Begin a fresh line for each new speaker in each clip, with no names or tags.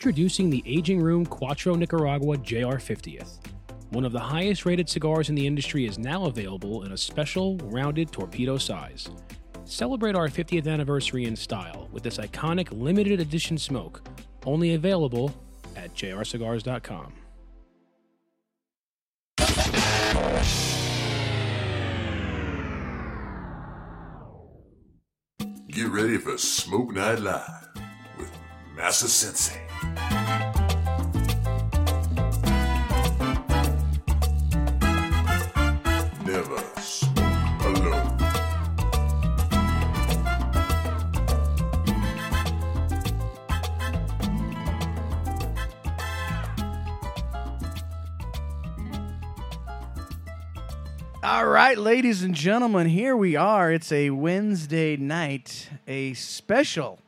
Introducing the Aging Room Cuatro Nicaragua JR 50th. One of the highest rated cigars in the industry is now available in a special, rounded torpedo size. Celebrate our 50th anniversary in style with this iconic limited edition smoke, only available at jrcigars.com.
Get ready for Smoke Night Live with Massa Sensei. Never smoke alone.
All right, ladies and gentlemen, here we are. It's a Wednesday night, a special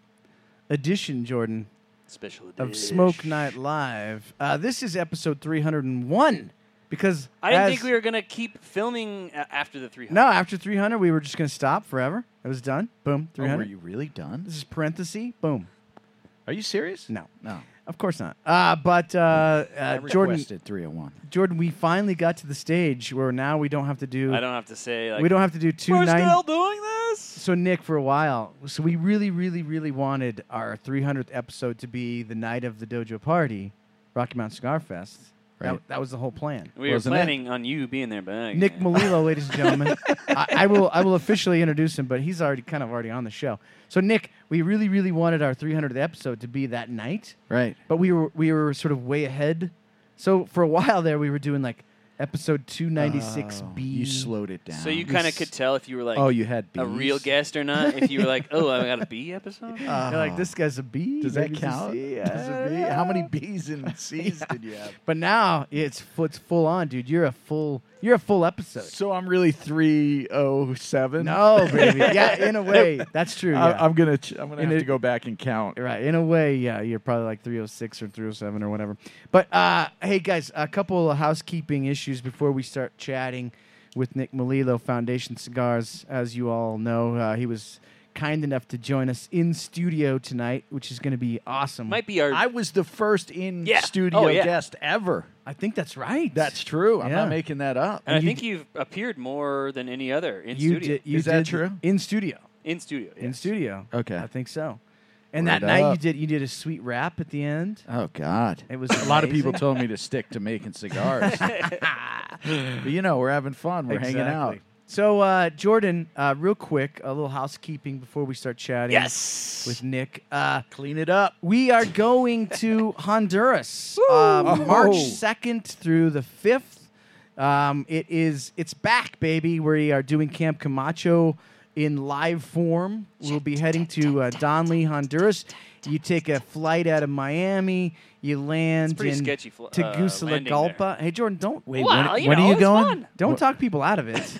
edition, Jordan,
Special edition.
of Smoke Night Live. Uh, this is episode 301 because
I didn't
as-
think we were gonna keep filming a- after the 300.
No, after 300, we were just going to stop forever. It was done. Boom,
Oh, were
300.
you really done?
This is parenthesis. Boom.
Are you serious?
No,
No.
of course not. Uh, but uh,
I
uh, Jordan,
requested 301.
Jordan, we finally got to the stage where now we don't have to do.
I don't have to say like
we don't have to do two
we're
nine-
still doing this.
So Nick, for a while, so we really, really, really wanted our 300th episode to be the night of the dojo party, Rocky Mountain Cigar Fest. That,
Right.
that was the whole plan.
We were
Wasn't it?
planning on you being there, but uh, I
Nick
can't.
Melillo, ladies and gentlemen, I, I will, I will officially introduce him, but he's already kind of already on the show. So Nick, we really, really wanted our 300th episode to be that night,
Right.
but we were, we were sort of way ahead. So for a while there, we were doing like episode 296
Oh,
B.
You slowed it down.
so you kind of could tell if you were like
Oh, you had
a real
bees?
guest or not. If you were like, oh, I got a B episode.
You're like this guy's a B.
Does
maybe
that
he's a
count?
C.
As a bee? How many B's and C's did you have?
But now it's fu- it's full on, dude. You're a full you're a full episode.
So I'm really 307.
No, baby. Yeah, in a way, that's true.
I,
yeah.
I'm gonna. Ch- I'm gonna
And
have
it-
to go back and count.
right. In a way, yeah. You're probably like 306 or 307 or whatever. But uh, hey, guys, a couple of housekeeping issues before we start chatting with Nick Melillo, Foundation Cigars. As you all know, uh, he was kind enough to join us in studio tonight, which is going to be awesome.
Might be our
I was the first in
Yeah.
studio
Oh, yeah.
guest ever.
I think that's right.
That's true. I'm
Yeah.
not making that up.
and I think you've appeared more than any other in
you
studio.
did. You
Is that
did
true?
In studio.
In studio.
in
yes.
studio.
Okay.
I think so. And
Word
that night you
up.
did you did a sweet rap at the end.
Oh God.
It was
a lot of people
amazing.
told me to stick to making cigars. but you know, we're having fun. We're hanging out.
Exactly. So uh, Jordan, uh, real quick, a little housekeeping before we start chatting.
Yes.
With Nick, uh,
Clean it up.
we are going to Honduras, uh, March second through the fifth. Um, it is it's back, baby. We are doing Camp Camacho in live form. We'll be heading to uh, Donley, Honduras. You take a flight out of Miami. You land
pretty
in
sketchy fl- uh, landing
Tegucigalpa.
there.
hey, Jordan, don't wait.
Well,
when,
you
when
know,
are you
it's
going?
fun.
Don't talk people out of it.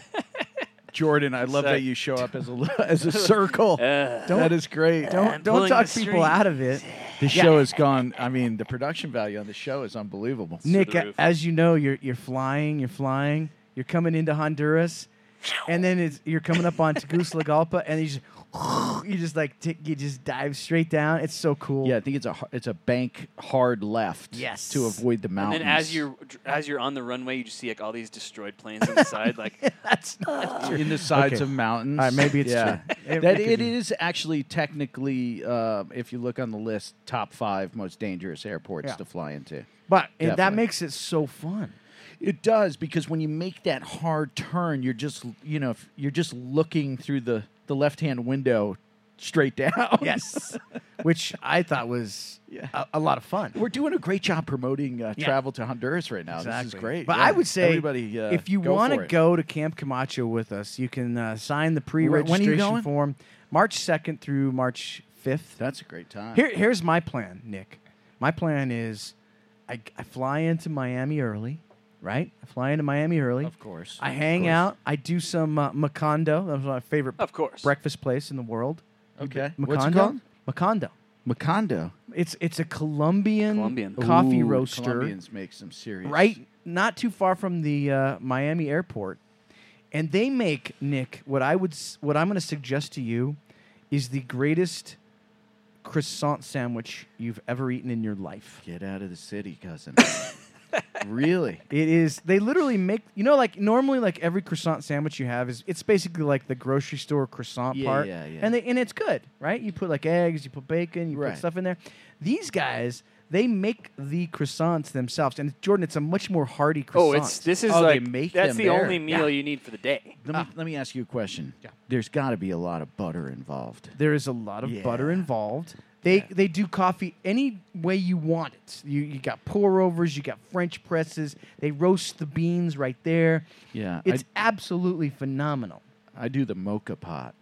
Jordan, I love
So-
that you show up as a as a circle.
Uh, Um,
that is great.
don't don't
pulling
talk
the
people
string.
out of it.
the show has gone. I mean, the production value on the show is unbelievable.
Nick,
the
a-
roof.
as you know, you're you're flying, you're flying, you're coming into Honduras, and then it's, you're coming up on Tegucigalpa, and you just you just like tick you just dive straight down. It's so cool.
Yeah, I think it's a har- it's a bank hard left.
Yes.
to avoid the
and
mountains.
then as you're as you're on the runway, you just see like all these destroyed planes on the side. Like
that's not true.
in the sides
Okay.
of mountains.
All right, maybe it's
yeah.
true. It-
that
it could
it
be.
is actually technically, uh, if you look on the list, top five most dangerous airports
Yeah.
to fly into.
But and that
Definitely.
makes it so fun.
It does because when you make that hard turn, you're just you know if- you're just looking through the the left hand window straight down.
Yes, which I thought was
Yeah.
a, a lot of fun.
We're doing a great job promoting uh,
Yeah.
travel to Honduras right now. This is great.
But
Yeah.
I would say
everybody, uh,
if you
go
want
for
to
it.
go to Camp Camacho with us, you can uh, sign the
when are you
pre-registration
going?
form March 2nd through March 5th.
that's a great time.
Here, here's my plan, Nick. My plan is I, I fly into Miami early, right? I fly into Miami early.
Of course.
I
Of
hang
course.
out. I do some uh, Macondo. That was my favorite
Of course.
breakfast place in the world.
okay,
Macondo?
what's it called?
Macondo.
Macondo.
It's, it's a Colombian,
Colombian.
coffee
Ooh,
roaster
Colombians make some serious
right not too far from the uh, Miami airport, and they make Nick what I would s- what I'm going to suggest to you is the greatest croissant sandwich you've ever eaten in your life.
Get out of the city, cousin. really?
It is. They literally make you know like normally like every croissant sandwich you have is it's basically like the grocery store croissant
Yeah,
part.
yeah, yeah.
And they and it's good, right? You put like eggs, you put bacon, you
Right.
put stuff in there. These guys. They make the croissants themselves, and Jordan, it's a much more hearty croissant.
Oh, it's this is
Oh, they
like
make
that's
them
the
there.
only meal you need for the day.
Let me, let me ask you a question.
Yeah.
There's got to be a lot of butter involved.
There is a lot of butter
Yeah.
involved. They
Yeah.
they do coffee any way you want it. You you got pour overs, you got French presses. They roast the beans right there.
Yeah,
It's
I,
absolutely phenomenal.
I do the mocha pot.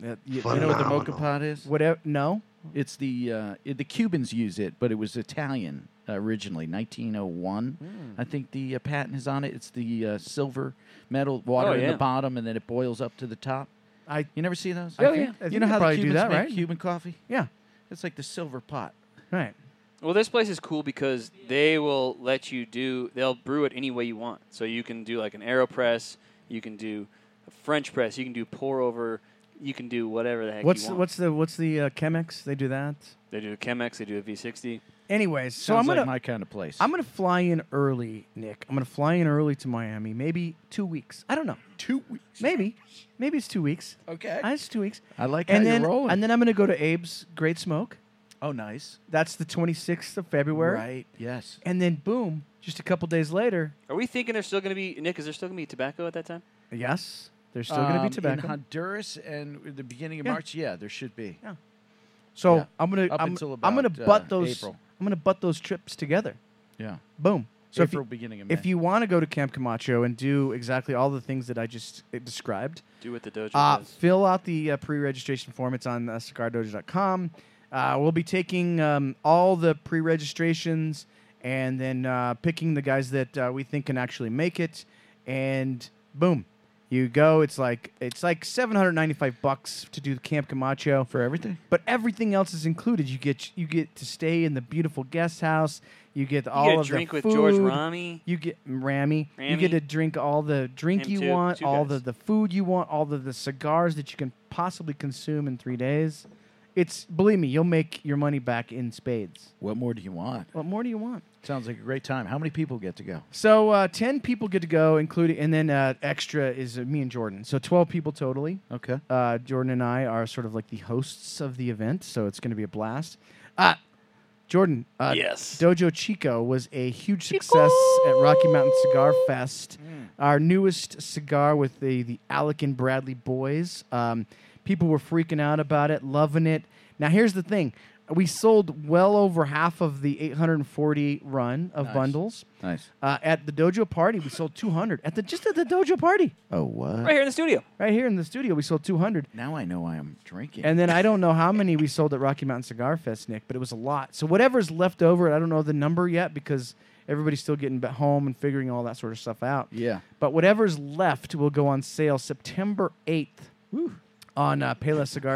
Uh, you- you
You know
know
what the
what
mocha pot is?
the whatever no?
It's the uh, it, the Cubans use it, but it was Italian originally, 1901. I think the uh, patent is on it. It's the uh, silver metal water
Oh,
in
yeah.
the bottom, and then it boils up to the top.
I
You never see those?
I Oh, think- yeah. I think
You know
they
how the
probably do
Cubans
that,
make
right?
Cuban coffee?
yeah,
It's like the silver pot.
right.
Well, this place is cool because they will let you do. They'll brew it any way you want. So you can do like an aeropress. You can do a French press. You can do pour over. You can do whatever the heck
What's
you
the,
want.
what's the what's the uh, Chemex? They do that.
they do a Chemex. They do a V60.
Anyways, so
Sounds
I'm gonna
like my kind of place.
I'm gonna fly in early, Nick. I'm gonna fly in early to Miami. Maybe two weeks. I don't know.
two weeks.
Maybe maybe it's two weeks.
Okay.
Uh, It's two weeks.
I like how
and
you're
then
rolling.
and then I'm gonna go to Abe's Great Smoke.
oh, nice.
That's the 26th of February.
Right. Yes.
And then boom, just a couple days later,
Are we thinking there's still going to be Nick? Is there still going to be tobacco at that time?
yes, there's still going to
Um,
be tobacco.
in Honduras and at the beginning of
Yeah.
March. Yeah, there should be.
so
yeah,
I'm gonna
up
I'm,
until
I'm gonna
about, uh,
butt those
April.
I'm gonna butt those trips together.
Yeah.
Boom. So
April
if you,
beginning of May.
if you want to go to Camp Camacho and do exactly all the things that I just uh, described,
Do what the dojo
Uh,
does.
fill out the uh, pre-registration form. It's on uh, cigardojo.com. Uh, we'll be taking um, all the pre-registrations and then uh, picking the guys that uh, we think can actually make it. And boom, you go. It's like it's like 795 bucks to do the Camp Camacho
for everything.
but everything else is included. You get you get to stay in the beautiful guest house. You get all
you get a
of
drink
the
with
food.
George Rami.
You get Rami. You
Rami.
get to drink all the drink
Him
you
too,
want,
two
all
guys.
the, the food you want, all the, the cigars that you can possibly consume in three days. It's believe me, you'll make your money back in spades.
What more do you want?
What more do you want?
Sounds like a great time. How many people get to go?
So uh, ten people get to go, including and then uh, extra is uh, me and Jordan. So twelve people totally.
Okay.
Uh, Jordan and I are sort of like the hosts of the event, so it's going to be a blast. Uh, Jordan, uh,
Yes.
Dojo Chico was a huge success at Rocky Mountain Cigar Fest. Our newest cigar with the the Alec and Bradley boys. Um, people were freaking out about it, loving it. Now here's the thing: we sold well over half of the 840 run of bundles
Nice.
uh, at the Dojo party. We sold 200 at the just at the Dojo party
Oh, what?
right here in the studio.
right here in the studio. We sold 200.
Now I know why I'm drinking.
And then I don't know how many we sold at Rocky Mountain Cigar Fest, Nick, but it was a lot. So whatever's left over, I don't know the number yet because everybody's still getting back home and figuring all that sort of stuff out.
Yeah.
But whatever's left will go on sale September 8th on uh,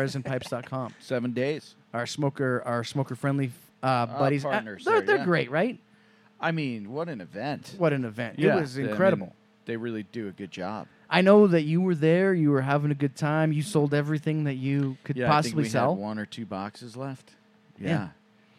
PalesCigarsAndPipes.com.
Seven days.
Our smoker, our smoker friendly uh, buddies, Uh,
partners
they're,
there,
they're
yeah.
great, right?
I mean, what an event.
What an event!
Yeah,
it was
I mean,
incredible.
they really do a good job.
I know that you were there. You were having a good time. You sold everything that you could
Yeah,
possibly
I think we
sell.
had one or two boxes left.
Yeah.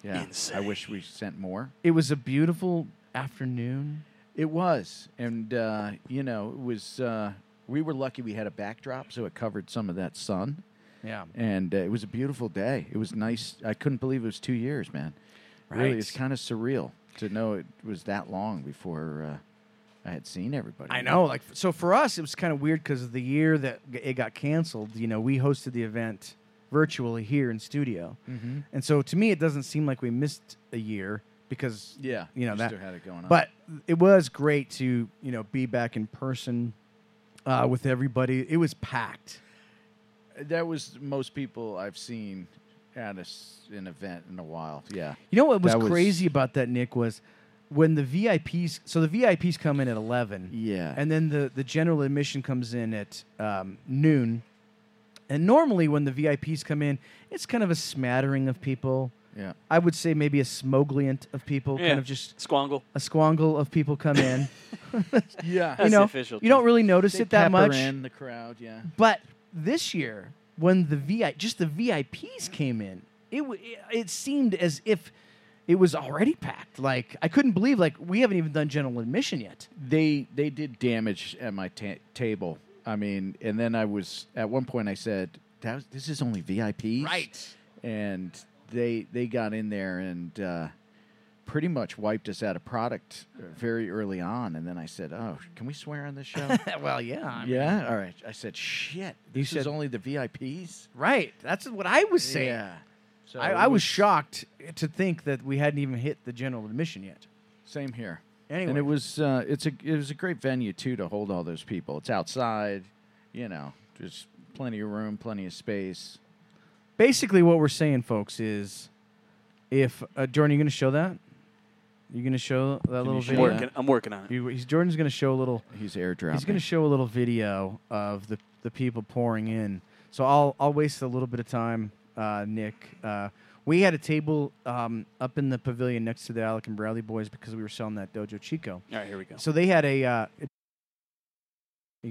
Yeah. Yeah. I wish we sent more.
It was a beautiful afternoon.
It was, and uh, you know, it was. Uh, we were lucky we had a backdrop, so it covered some of that sun,
Yeah.
and uh, it was a beautiful day. It was nice. I couldn't believe it was two years, man. Really, it's
Right.
kind of surreal to know it was that long before uh, I had seen everybody.
I know. Like, so for us, it was kind of weird because the year that g- it got canceled, you know, we hosted the event virtually here in studio,
Mm-hmm.
and so to me, it doesn't seem like we missed a year because
Yeah,
you know
you
that
still had it going on.
But it was great to you know be back in person uh, with everybody. It was packed.
that was most people I've seen at a s an event in a while. Yeah,
You know what was,
That was-
crazy about that, Nick, was when the VIPs. So the VIPs come in at eleven.
Yeah.
And then the the general admission comes in at um, noon. And normally when the VIPs come in, it's kind of a smattering of people.
yeah.
I would say maybe a smogliant of people,
Yeah.
kind of just
Squangle.
a squangle of people come in.
Yeah.
you
That's the
know,
official
you don't
term.
really notice it that much.
in the crowd. Yeah.
But this year, when the VI just the VIPs came in, it w- it seemed as if it was already packed. Like I couldn't believe like we haven't even done general admission yet.
they they did damage at my ta- table. I mean, and then I was at one point I said, that was, "This is only VIPs."
Right.
And they they got in there and uh, pretty much wiped us out of product very early on. And then I said, "Oh, can we swear on this show?"
well, yeah, I mean,
yeah. All right. I said, "Shit, this is
said-
only the VIPs."
right. That's what I was saying.
Yeah. So
I,
it
I was shocked to think that we hadn't even hit the general admission yet.
Same here.
Anyway.
and it was uh, it's a it was a great venue too to hold all those people. It's outside, you know, there's plenty of room, plenty of space.
Basically, what we're saying, folks, is if uh, Jordan, you going to show that? You going to show that little
show
I'm
video?
that?
working. I'm working on it.
You- he's- Jordan's going to show a little.
He's airdropping.
He's going to show a little video of the, the people pouring in. So I'll I'll waste a little bit of time, uh, Nick. Uh, we had a table um, up in the pavilion next to the Alec and Bradley boys because we were selling that Dojo Chico.
All right, here we go.
So they had a, uh,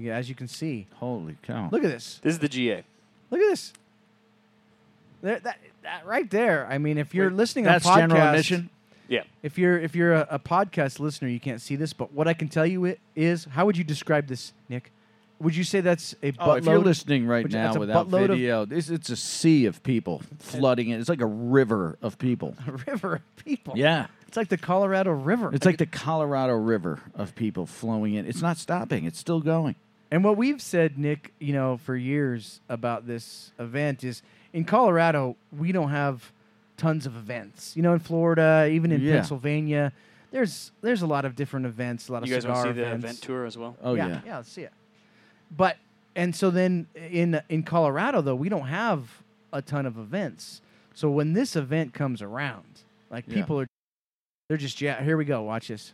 as you can see,
Holy cow!
look at this,
This is the GA.
look at this. There, that, that right there. I mean, if you're listening
that's
on podcast,
general admission.
Yeah.
if you're if you're a, a podcast listener, you can't see this, but what I can tell you i- is, how would you describe this, Nick? Would you say that's a
Oh, if you're
buttload?
listening right
Which- that's
now
a
without
buttload of-
video, this it's a sea of people flooding in. It's like a river of people.
a river of people.
Yeah,
it's like the Colorado River.
it's like the Colorado River of people flowing in. It's not stopping. It's still going.
and what we've said, Nick, you know, for years about this event is in Colorado we don't have tons of events. You know, in Florida, even in
Yeah.
Pennsylvania, there's there's a lot of different events, a lot of
You guys want
cigar
to see the
events.
event tour as well?
Oh yeah.
yeah, let's see it. But and so then in in Colorado though we don't have a ton of events. So when this event comes around, like
Yeah.
people are, they're just yeah. Here we go. Watch this.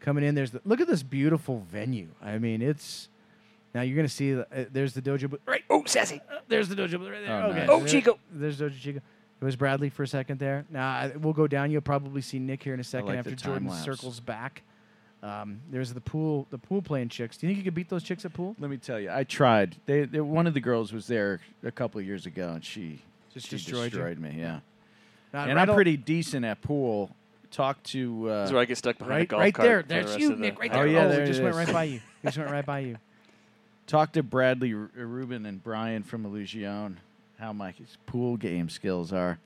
Coming in, there's the, look at this beautiful venue. I mean, it's now you're gonna see. The, uh, there's the dojo booth right.
Oh, sassy.
Uh, there's the dojo booth right there.
Oh,
okay.
nice.
Oh,
There-
Chico.
There's dojo Chico. It was Bradley for a second there. Now I- we'll go down. You'll probably see Nick here in a second
like the
after
time
Jordan
lapse.
circles back. Um, there's the pool, the pool playing chicks. Do you think you could beat those chicks at pool?
Let me tell you, I tried. They, they one of the girls was there a couple of years ago, and she
Just
she
destroyed you. Uh,
destroyed me. Yeah,
Nah,
and
right
I'm
o-
pretty decent at pool. Talk to uh,
This is where I get stuck behind a
right,
golf
right
cart.
there.
for the
There's
rest
you,
of the-
Nick, right
Oh,
there.
yeah, there
it
it
just went
is.
right by you. It just went right by you.
talk to Bradley R- uh, Rubin and Brian from Illusion. How my pool game skills are.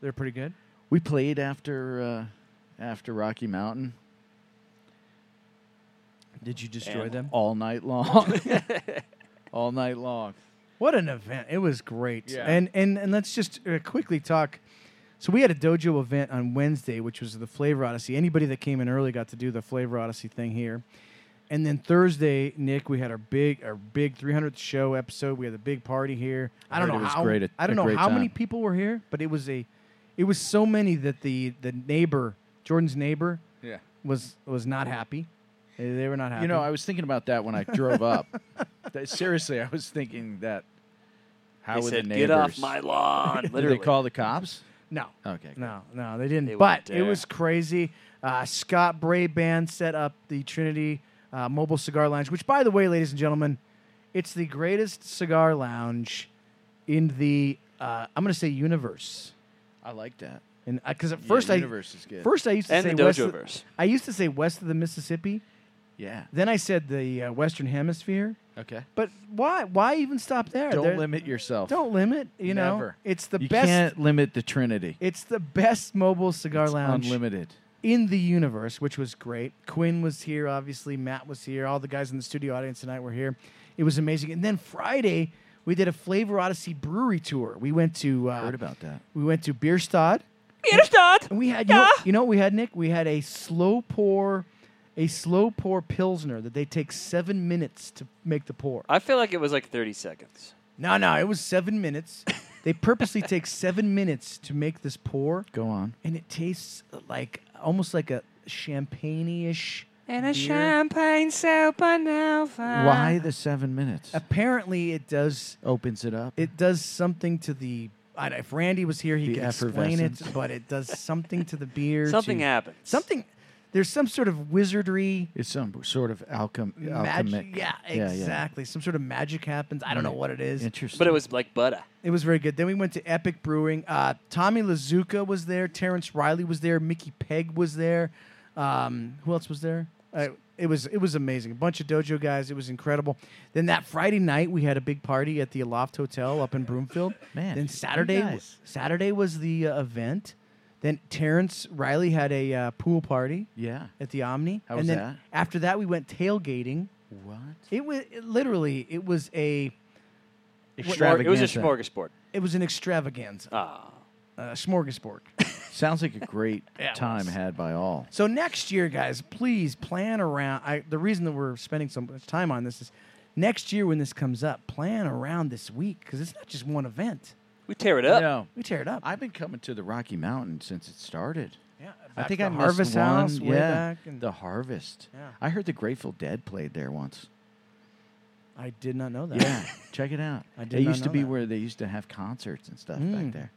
They're pretty good.
We played after uh, after Rocky Mountain
Did you destroy
And
them?
all night long. all night long.
What an event! It was great.
Yeah.
And and and let's just uh, quickly talk. So we had a dojo event on Wednesday, which was the Flavor Odyssey. Anybody that came in early got to do the Flavor Odyssey thing here. And then Thursday, Nick, we had our big our big 300th show episode. We had a big party here. I don't
heard
know
it was
how
great, a-
I don't
a
know
great
how many
time.
people were here, but it was a it was so many that the the neighbor Jordan's neighbor
Yeah.
was was not happy. They they were not happy.
You know, I was thinking about that when I drove up. That- seriously, I was thinking that. How
They
were
said,
the
"Get off
neighbors?"
my lawn!"
Did they
Literally.
call the cops?
no.
Okay.
No, no, they didn't.
They
but
weren't
it
there.
was crazy. Uh, Scott Braband set up the Trinity uh, Mobile Cigar Lounge, which, by the way, ladies and gentlemen, it's the greatest cigar lounge in the uh, I'm going to say universe.
I like that.
And because at first
yeah,
I
universe is good.
first I used to
And
say
the
west
Dojoverse.
Of, I used to say west of the Mississippi.
yeah.
Then I said the uh, Western Hemisphere.
Okay.
But why? Why even stop there?
Don't
There-
limit yourself.
Don't limit. You know,
Never.
it's the
you
best.
can't limit the Trinity.
It's the best mobile cigar
It's
lounge
unlimited.
in the universe, which was great. Quinn was here, obviously. Matt was here. All the guys in the studio audience tonight were here. It was amazing. And then Friday, we did a Flavor Odyssey brewery tour. We went to uh,
Heard about that.
we went to Bierstadt, and we had you, know, you know what we had Nick. We had a slow pour, a slow pour pilsner that they take seven minutes to make the pour.
I feel like it was like 30 seconds.
No, no, it was seven minutes. they purposely take seven minutes to make this pour.
Go on.
and it tastes like almost like a champagne-ish and a
Champagne sopa
uh,
nova.
Why the seven minutes?
apparently it does
Opens it up.
it does something to the I, don't- if randy was here he
The
could explain it
effervescence.
but it does something to the beer
Something
to-
happens.
something there's some sort of wizardry.
It's some sort of alchem-
Magic,
alchemic.
yeah, exactly. Some sort of magic happens. I don't know what it is.
Interesting.
But it was like butter.
It was very good. Then we went to Epic Brewing. Uh, Tommy Lazuka was there. Terrence Riley was there. Mickey Pegg was there. Um, who else was there? Uh, it was it was amazing. A bunch of dojo guys. It was incredible. Then that Friday night we had a big party at the Aloft Hotel up in Broomfield.
Man,
Then
you
Saturday
guys.
Saturday was the uh, event. Then Terrence Riley had a uh, pool party
yeah.
at the Omni.
How
and
was
then
that?
after that we went tailgating.
What?
It was it, literally it was a
It was a smorgasbord.
it was an extravaganza,
Ah.
a smorgasbord.
Sounds like a great
Yeah, it
time
was.
had by all.
So next year, guys, please plan around. I, the reason that we're spending so much time on this is next year when this comes up, plan around this week because it's not just one event.
We tear it up.
No,
We tear it up.
I've been coming to the Rocky Mountain since it started.
yeah,
I
back
think
to
I missed
Harvest
one.
House way
yeah,
back, and
the Harvest.
Yeah.
I heard the Grateful Dead played there once.
I did not know that.
Yeah, check it out.
I did
it
not
used to
know
be
that.
where they used to have concerts and stuff
Mm.
back there.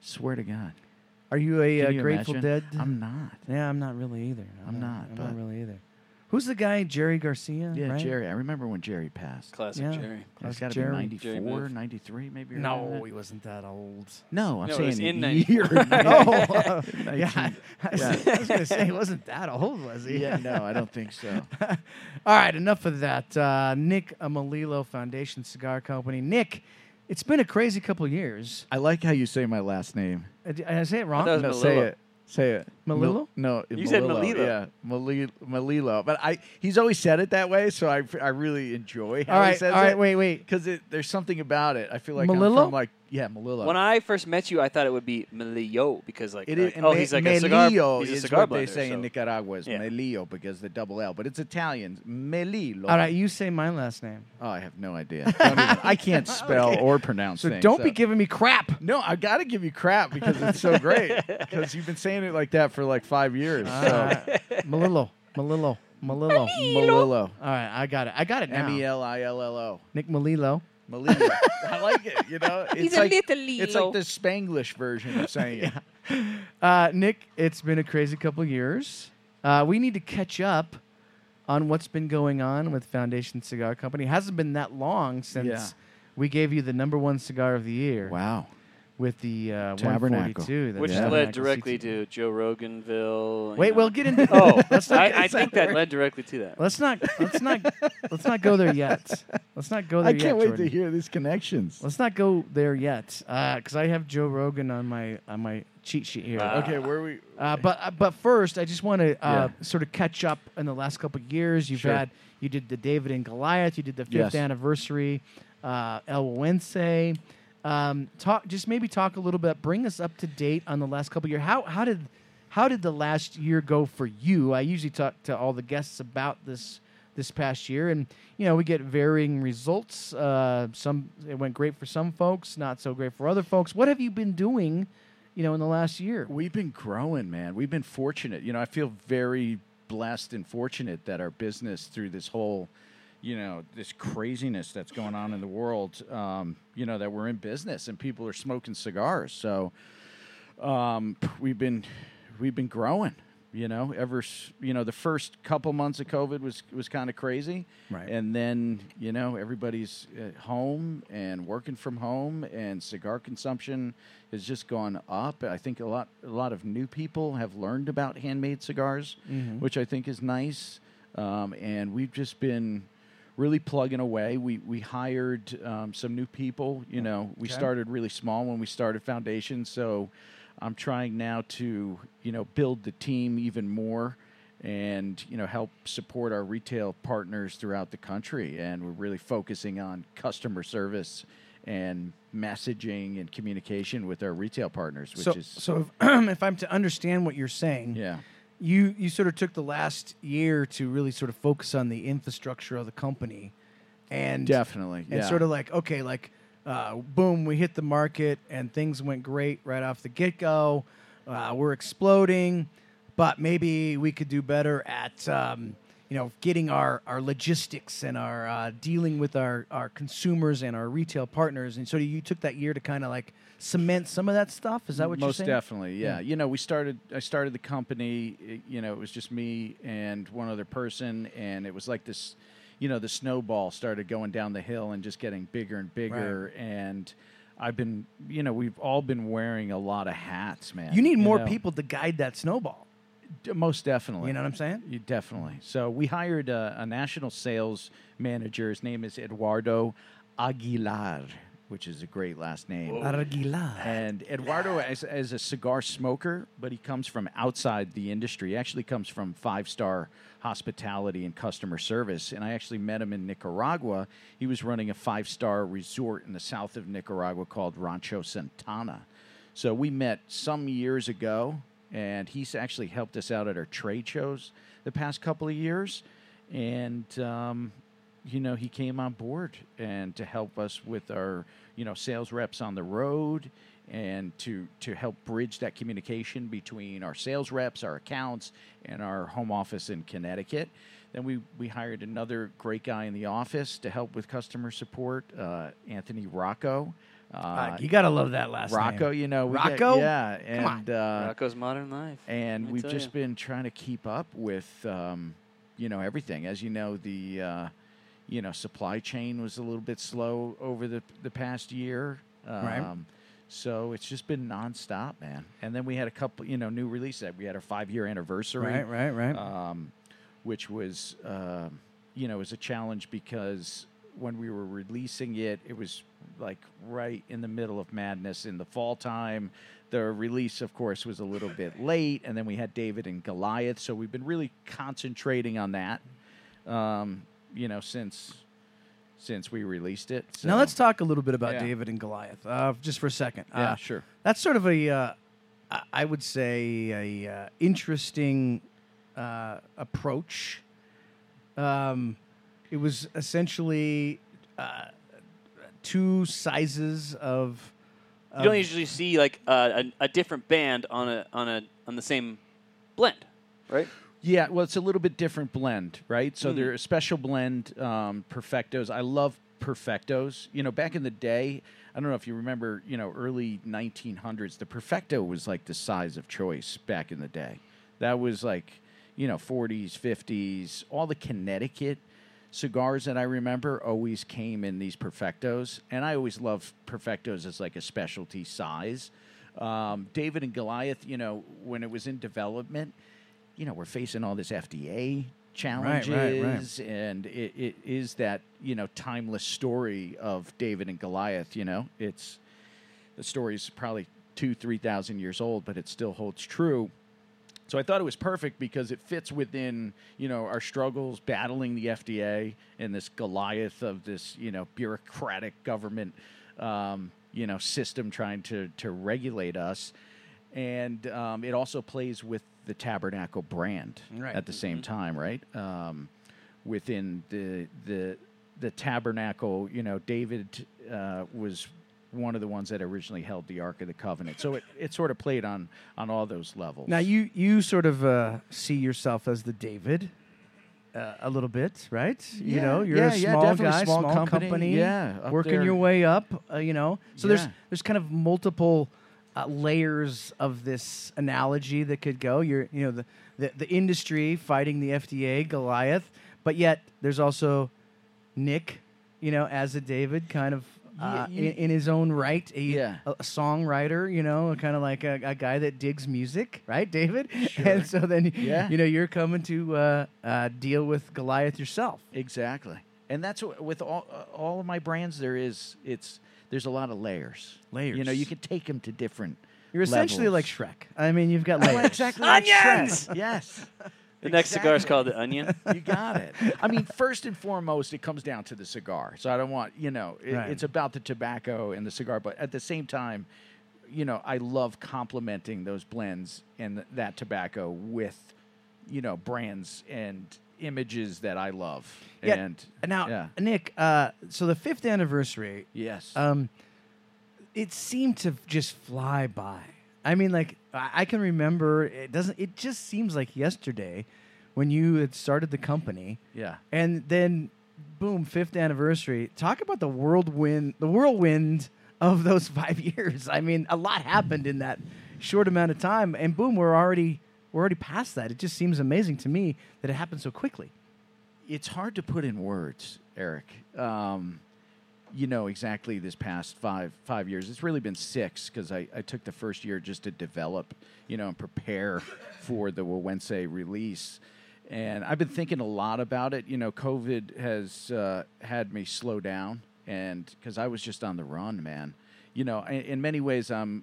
Swear to God.
Are you a
Can
uh,
you
Grateful
imagine?
Dead?
I'm not.
yeah, I'm not really either.
I'm not,
I'm
but-
not really either. Who's the guy? Jerry Garcia.
Yeah,
right?
Jerry. I remember when Jerry passed.
Classic
Yeah.
Jerry.
That's
Classic
got to be
Jerry.
94,
moved.
93 maybe. around
No,
that.
he wasn't that old.
No, I'm
No, it was
saying
in
in a
90.
year.
oh,
oh.
uh, yeah. I, I was gonna say he wasn't that old, was he?
Yeah, no, I don't think so.
All right, enough of that. Uh, Nick Amalilo Foundation Cigar Company. Nick, it's been a crazy couple years.
I like how you say my last name.
Uh, Did I say it
I
wrong?
thought-
No,
Malilo.
say it. Say it.
Malilo?
No,
You said Malilo.
Yeah, Malilo. Malilo. But I, he's always said it that way, so I, I really enjoy how
All
he
right, all
says
right,
it.
wait, wait.
Because there's something about it. I feel like
Malilo?
I'm from like, yeah, Malilo.
When I first met you, I thought it would be Melio because like,
It
like,
is, and
oh,
me-
he's like
melillo
a cigar. He's a
is
cigar
what they
blender,
say in
so-
Nicaragua is
Yeah.
melillo because the double L, but it's Italian. Melillo.
All right, you say my last name.
Oh, I have no idea. Don't even- I can't spell or pronounce
So
things.
don't be giving me crap.
No, I got to give you crap because it's so great. Because you've been saying it like that for like five years.
Ah.
So
Malilo, Malilo, Malilo.
Melillo.
All right, I got it. I got it now.
M E L I L L O.
Nick Malilo.
Melillo. I like it. You know, it's
He's a
like
little
it's
Lilo.
like the Spanglish version of saying it.
Uh, Nick, it's been a crazy couple years. Uh, we need to catch up on what's been going on with Foundation Cigar Company. It hasn't been that long since
Yeah.
we gave you the number one cigar of the year
Wow.
with the uh,
Tabernacle.
142. the
which
Yeah.
led
Tabernacle
directly
62.
to Joe Roganville.
Wait,
you know.
we'll get into.
Oh,
let's not.
I, I think that led directly to that.
let's not. Let's not. let's not go there yet. Let's not go there
I
yet.
can't wait
Jordan.
to hear these connections.
Let's not go there yet, because I have Joe Rogan on my on my cheat sheet here.
Okay, where we?
Uh, but uh, but first, I just want to uh, sort of catch up in the last couple of years. You've
Sure.
had you did the David and Goliath, you did the fifth
Yes.
anniversary, uh, El Wednesday. Um, talk just maybe talk a little bit. Bring us up to date on the last couple of years. How how did how did the last year go for you? I usually talk to all the guests about this this past year, and you know we get varying results. Uh, some it went great for some folks, not so great for other folks. What have you been doing? You know, in the last year,
We've been growing, man. We've been fortunate. You know, I feel very blessed and fortunate that our business through this whole, you know, this craziness that's going on in the world, um, you know, that we're in business and people are smoking cigars. So um, we've been we've been growing. You know, ever s- you know the first couple months of COVID was was kind of crazy,
Right.
And then you know everybody's at home and working from home, and cigar consumption has just gone up. I think a lot a lot of new people have learned about handmade cigars, which I think is nice. Um, and we've just been really plugging away. We we hired um, some new people. You know, we started really small when we started Foundation, so I'm trying now to you know build the team even more and you know help support our retail partners throughout the country and we're really focusing on customer service and messaging and communication with our retail partners which
so,
is
so if, if I'm to understand what you're saying,
yeah
you you sort of took the last year to really sort of focus on the infrastructure of the company, and
definitely
and
yeah.
sort of like okay, like uh, boom, we hit the market and things went great right off the get go. Uh, we're exploding, but maybe we could do better at um, you know, getting our, our logistics and our uh, dealing with our, our consumers and our retail partners. And so you took that year to kind of like cement some of that stuff. Is that what
Most
you're saying?
definitely, yeah. You know, we started. I started the company. it- you know, it was just me and one other person, and it was like this. You know, the snowball started going down the hill and just getting bigger and bigger. And I've been, you know, we've all been wearing a lot of hats, man.
You need more
know?
people to guide that snowball.
D- Most definitely.
You know what I'm saying?
You definitely. So we hired a, a national sales manager. His name is Eduardo Aguilar, which is a great last name.
Arguila.
And Eduardo is, is a cigar smoker, but he comes from outside the industry. He actually comes from five star hospitality and customer service. And I actually met him in Nicaragua. He was running a five star resort in the south of Nicaragua called Rancho Santana. So we met some years ago, and he's actually helped us out at our trade shows the past couple of years. And um, you know, he came on board and to help us with our, you know, sales reps on the road and to to help bridge that communication between our sales reps, our accounts, and our home office in Connecticut. Then we we hired another great guy in the office to help with customer support, uh, Anthony Rocco. Uh,
you gotta love that last name.
Rocco, you know, we get-
Rocco?
yeah,
Come on.
and uh,
Rocco's Modern Life.
and
I
we've
tell
just
ya.
been trying to keep up with um, you know everything as you know the uh, you know supply chain was a little bit slow over the the past year um,
Right.
so it's just been nonstop man and then we had a couple you know new release that we had our five year anniversary
Right, right, right.
um, which was um you know was a challenge because when we were releasing it, it was like right in the middle of madness in the fall time. The release, of course, was a little bit late, and then we had David and Goliath. So we've been really concentrating on that, um, you know, since since we released it. So.
Now let's talk a little bit about
Yeah.
David and Goliath, uh, just for a second.
yeah,
Uh,
sure.
That's sort of a, uh, I- I would say, a uh, interesting uh, approach. Um, it was essentially uh, two sizes of.
You don't usually see like uh, a, a different band on a on a on the same blend, right?
Yeah, well, it's a little bit different blend, right? So they're a special blend um, perfectos. I love perfectos. You know, back in the day, I don't know if you remember, you know, early 1900s, the perfecto was like the size of choice back in the day. That was like, you know, 40s, 50s, all the Connecticut cigars that I remember always came in these perfectos, and I always love perfectos as like a specialty size. Um, David and Goliath, you know, when it was in development, you know, we're facing all this FDA
right, right.
challenges, and it, it is that you know timeless story of David and Goliath. You know, it's the story's probably two, three thousand years old, but it still holds true. So I thought it was perfect because it fits within, you know, our struggles battling the FDA and this Goliath of this, you know, bureaucratic government, um, you know, system trying to to regulate us, and um, it also plays with the Tabernacle brand
Right.
at the same time, right? Um, within the the the Tabernacle, you know, David uh, was one of the ones that originally held the Ark of the Covenant, so it, it sort of played on on all those levels.
Now you you sort of uh, see yourself as the David. Uh, a little bit, right? you
Yeah,
know, you're
yeah,
a
yeah,
small
definitely
guy, small,
small
company,
company, yeah, up
working
there.
your way up. Uh, you know, so there's
Yeah.
there's kind of multiple uh, layers of this analogy that could go. You're you know the, the the industry fighting the FDA, Goliath, but yet there's also Nick, you know, as a David, kind of uh,
you-
in, in his own right, a,
Yeah.
a, a songwriter, you know, kind of like a, a guy that digs music, right, David? And so then,
Yeah.
you know, you're coming to uh, uh, deal with Goliath yourself.
Exactly, and that's what, with all uh, all of my brands. There is it's there's a lot of layers. You know,
Layers.
you can take them to different.
You're essentially
levels.
like Shrek. I mean, you've got layers.
exactly like Shrek.
Onions!
Yes,
The next cigar is
Exactly.
called the Onion.
You got it. I mean, first and foremost, it comes down to the cigar. So I don't want, you know, it,
Right.
it's about the tobacco and the cigar. But at the same time, you know, I love complementing those blends and th- that tobacco with, you know, brands and images that I love.
Yeah.
And
Now,
yeah.
Nick, uh, so the fifth anniversary,
yes.
um, it seemed to just fly by. I mean, like I, I can remember. It doesn't. It just seems like yesterday when you had started the company,
Yeah.
and then boom, fifth anniversary. Talk about the whirlwind, the whirlwind of those five years. I mean, a lot happened in that short amount of time, and boom, we're already we're already past that. It just seems amazing to me that it happened so quickly.
it's hard to put in words, Eric. Um, you know exactly this past five five years. It's really been six because I, I took the first year just to develop, you know, and prepare for the Wawense release. And I've been thinking a lot about it. You know, COVID has uh, had me slow down, and because I was just on the run, man. You know, in, in many ways, I'm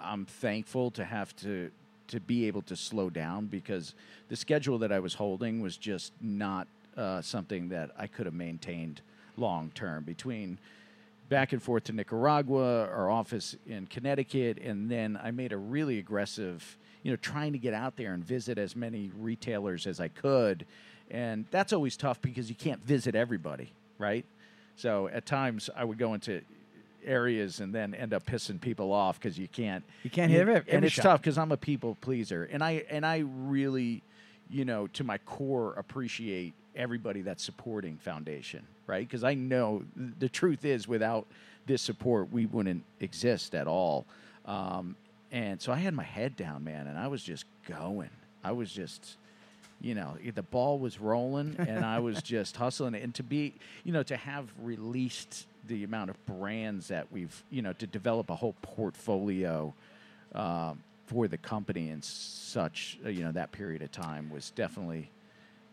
I'm thankful to have to to be able to slow down because the schedule that I was holding was just not uh, something that I could have maintained long term between back and forth to Nicaragua, our office in Connecticut, and then I made a really aggressive, you know, trying to get out there and visit as many retailers as I could. And that's always tough because you can't visit everybody, right? So at times I would go into areas and then end up pissing people off because you can't
You can't hit every-
and
every
it's
shot.
tough because I'm a people pleaser, and I and I really, you know, to my core appreciate everybody that's supporting Foundation, right? Because I know th- the truth is, without this support, we wouldn't exist at all. Um, and so I had my head down, man, and I was just going. I was just you know the ball was rolling and i was just hustling and to be you know to have released the amount of brands that we've you know to develop a whole portfolio um, for the company in such uh, you know that period of time was definitely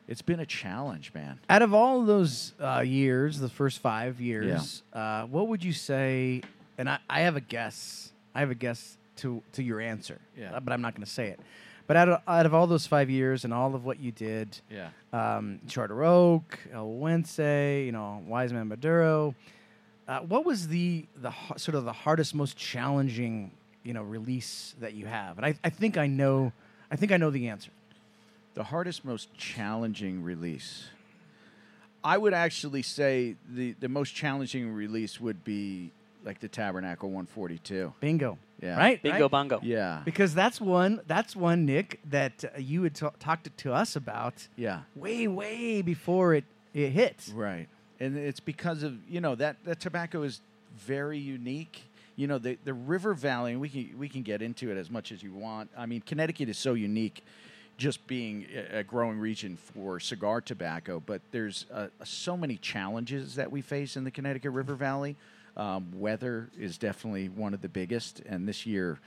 it's been a challenge man
Out of all those uh, years, the first five years, uh, what would you say? And I, I have a guess. I have a guess to to your answer.
Yeah.
uh, But I'm not going to say it. But out of, out of all those five years and all of what you did,
yeah
um, Charter Oak, El Wednesday, you know, Wiseman Maduro. Uh, what was the the ha- sort of the hardest, most challenging, you know, release that you have? And I, I think I know, I think I know the answer.
The hardest, most challenging release. I would actually say the, the most challenging release would be like the Tabernacle 142.
Bingo.
Yeah.
Right.
Bingo
Right?
bongo.
Yeah.
Because that's one. That's one, Nick, that uh, you had ta- talked to us about
Yeah.
way, way before it it hit.
Right. And it's because of, you know, that, that tobacco is very unique. You know, the, the River Valley, and we can, we can get into it as much as you want. I mean, Connecticut is so unique just being a a growing region for cigar tobacco, but there's uh, so many challenges that we face in the Connecticut River Valley. Um, weather is definitely one of the biggest, and this year,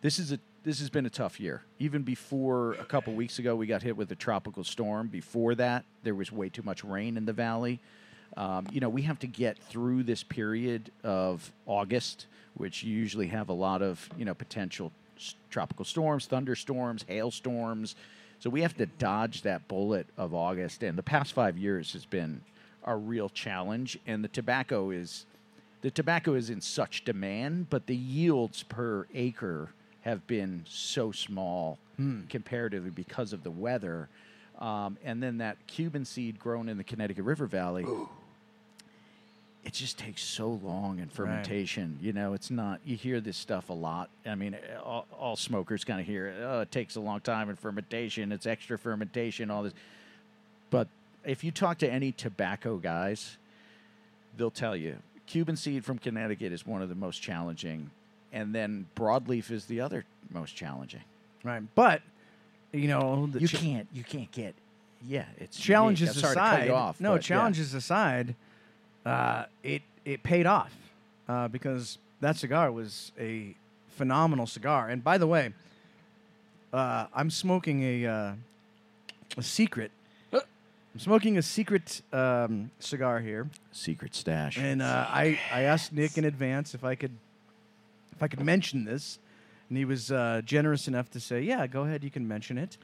this is a this has been a tough year. Even before a couple weeks ago, we got hit with a tropical storm. Before that, there was way too much rain in the valley. Um, you know, we have to get through this period of August, which you usually have a lot of you know potential s- tropical storms, thunderstorms, hailstorms. So we have to dodge that bullet of August. And the past five years has been a real challenge. And the tobacco is the tobacco is in such demand, but the yields per acre have been so small comparatively because of the weather. Um, and then that Cuban seed grown in the Connecticut River Valley, it just takes so long in fermentation. You know, it's not, you hear this stuff a lot. I mean, all, all smokers kind of hear, oh, it takes a long time in fermentation, it's extra fermentation, all this. But if you talk to any tobacco guys, they'll tell you Cuban seed from Connecticut is one of the most challenging, and then broadleaf is the other most challenging.
Right. But you know, the
Oh, you
cha-
can't, you can't get, yeah, it's unique.
challenges
I'm
aside,
sorry to cut you off,
no
but yeah.
challenges aside, uh, it it paid off uh, because that cigar was a phenomenal cigar. And by the way, uh, I'm smoking a uh, a secret.
Uh.
I'm smoking a secret um, cigar here,
Secret stash.
and uh, I I asked Nick in advance if I could if I could mention this, and he was uh, generous enough to say, "Yeah, go ahead, you can mention it."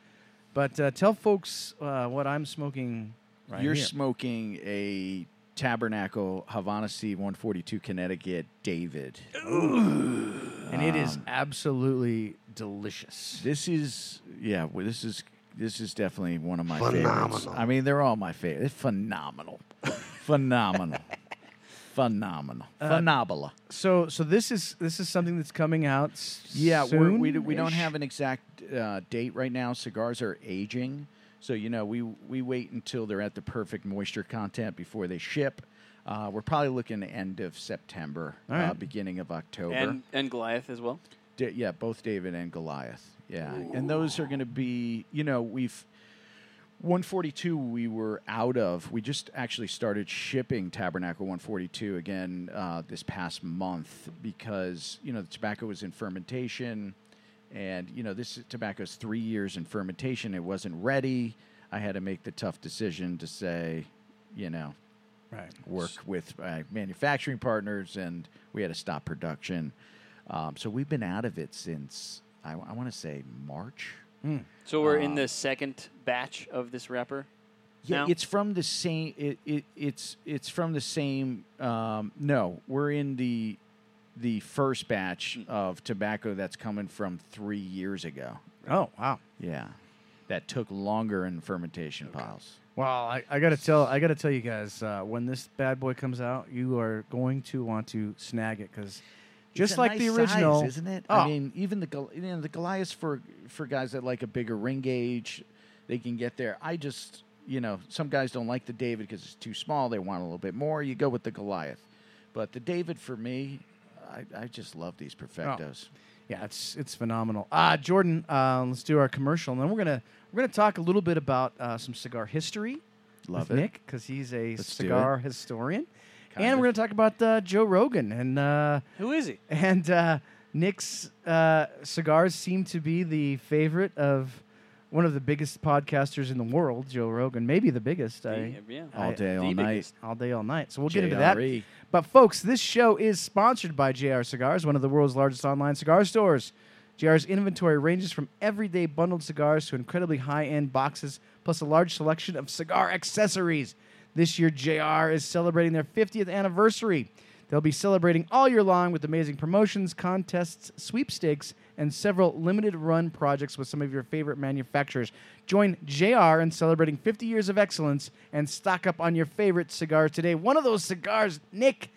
But uh, tell folks uh, what I'm smoking. Right
You're
here.
smoking a Tabernacle Havana C 142 Connecticut David.
and it
Um,
is absolutely delicious.
This is yeah. Well, this is this is definitely one of my favorites. I mean, they're all my favorite. It's phenomenal, phenomenal, phenomenal, phenomenal.
So, so this is this is something that's coming out. s-
Yeah, we're, we
soon-ish?
we don't have an exact uh, date right now. Cigars are aging, So you know, we we wait until they're at the perfect moisture content before they ship. Uh, we're probably looking end of September,
All right.
uh, beginning of October.
and and Goliath as well.
Da- yeah, both David and Goliath. Yeah, and those are going to be, you know, we've 142 we were out of. We just actually started shipping Tabernacle 142 again uh, this past month because you know the tobacco was in fermentation, and you know this tobacco's three years in fermentation. It wasn't ready. I had to make the tough decision to say, you know,
Right.
work with uh, manufacturing partners, and we had to stop production. Um, so we've been out of it since I, want to say March.
So we're in the second batch of this wrapper.
Yeah,
now?
it's from the same. It, it it's it's from the same. Um, no, we're in the the first batch of tobacco that's coming from three years ago.
Oh wow.
Yeah, that took longer in fermentation piles.
Well, I, I gotta tell I gotta tell you guys uh, when this bad boy comes out, you are going to want to snag it because just
It's a
like
nice
the
size,
original,
isn't it?
Oh.
I mean, even the Gol- you know, the Goliaths for for guys that like a bigger ring gauge, they can get there. I just you know some guys don't like the David because it's too small. They want a little bit more. You go with the Goliath, but the David for me, I, I just love these
Oh.
perfectos.
Yeah, it's it's phenomenal. Uh, Jordan, uh, let's do our commercial, and then we're gonna we're gonna talk a little bit about uh, some cigar history.
Love
with
it.
Nick because he's a
Let's do
cigar historian,
Kind
and
of.
we're gonna talk about uh, Joe Rogan and uh,
Who is he?
and uh, Nick's uh, cigars seem to be the favorite of one of the biggest podcasters in the world, Joe Rogan, maybe the biggest. I,
yeah.
All
I-
day,
the
all night.
biggest.
all day, all night. So we'll get into that.
JRE.
But folks, this show is sponsored by JR Cigars, one of the world's largest online cigar stores. JR's inventory ranges from everyday bundled cigars to incredibly high-end boxes, plus a large selection of cigar accessories. This year, JR is celebrating their 50th anniversary. They'll be celebrating all year long with amazing promotions, contests, sweepstakes, and several limited run projects with some of your favorite manufacturers. Join JR in celebrating 50 years of excellence and stock up on your favorite cigar today. One of those cigars, Nick,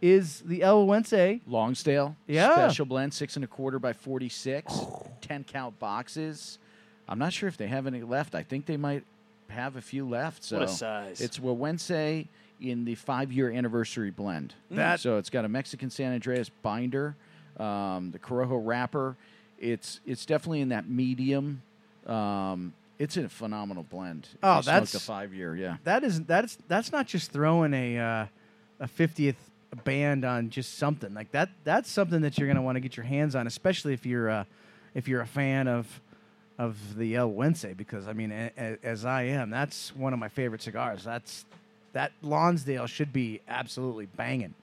is the El Wente.
Longsdale.
Yeah.
Special blend, six and a quarter by 46, 10 count boxes. I'm not sure if they have any left. I think they might have a few left. So
What a size.
It's Wawense in the five year anniversary blend.
That-
so it's got a Mexican San Andreas binder, um, the Corojo wrapper. It's it's definitely in that medium. Um, it's a phenomenal blend. If
Oh,
you smoked
that's-
a five year, yeah.
That is that's that's not just throwing a uh, a 50th band on just something like that. That's something that you're gonna want to get your hands on, especially if you're uh, if you're a fan of of the El Wente, because I mean, a, a- as I am, that's one of my favorite cigars. That's that Lonsdale should be absolutely banging.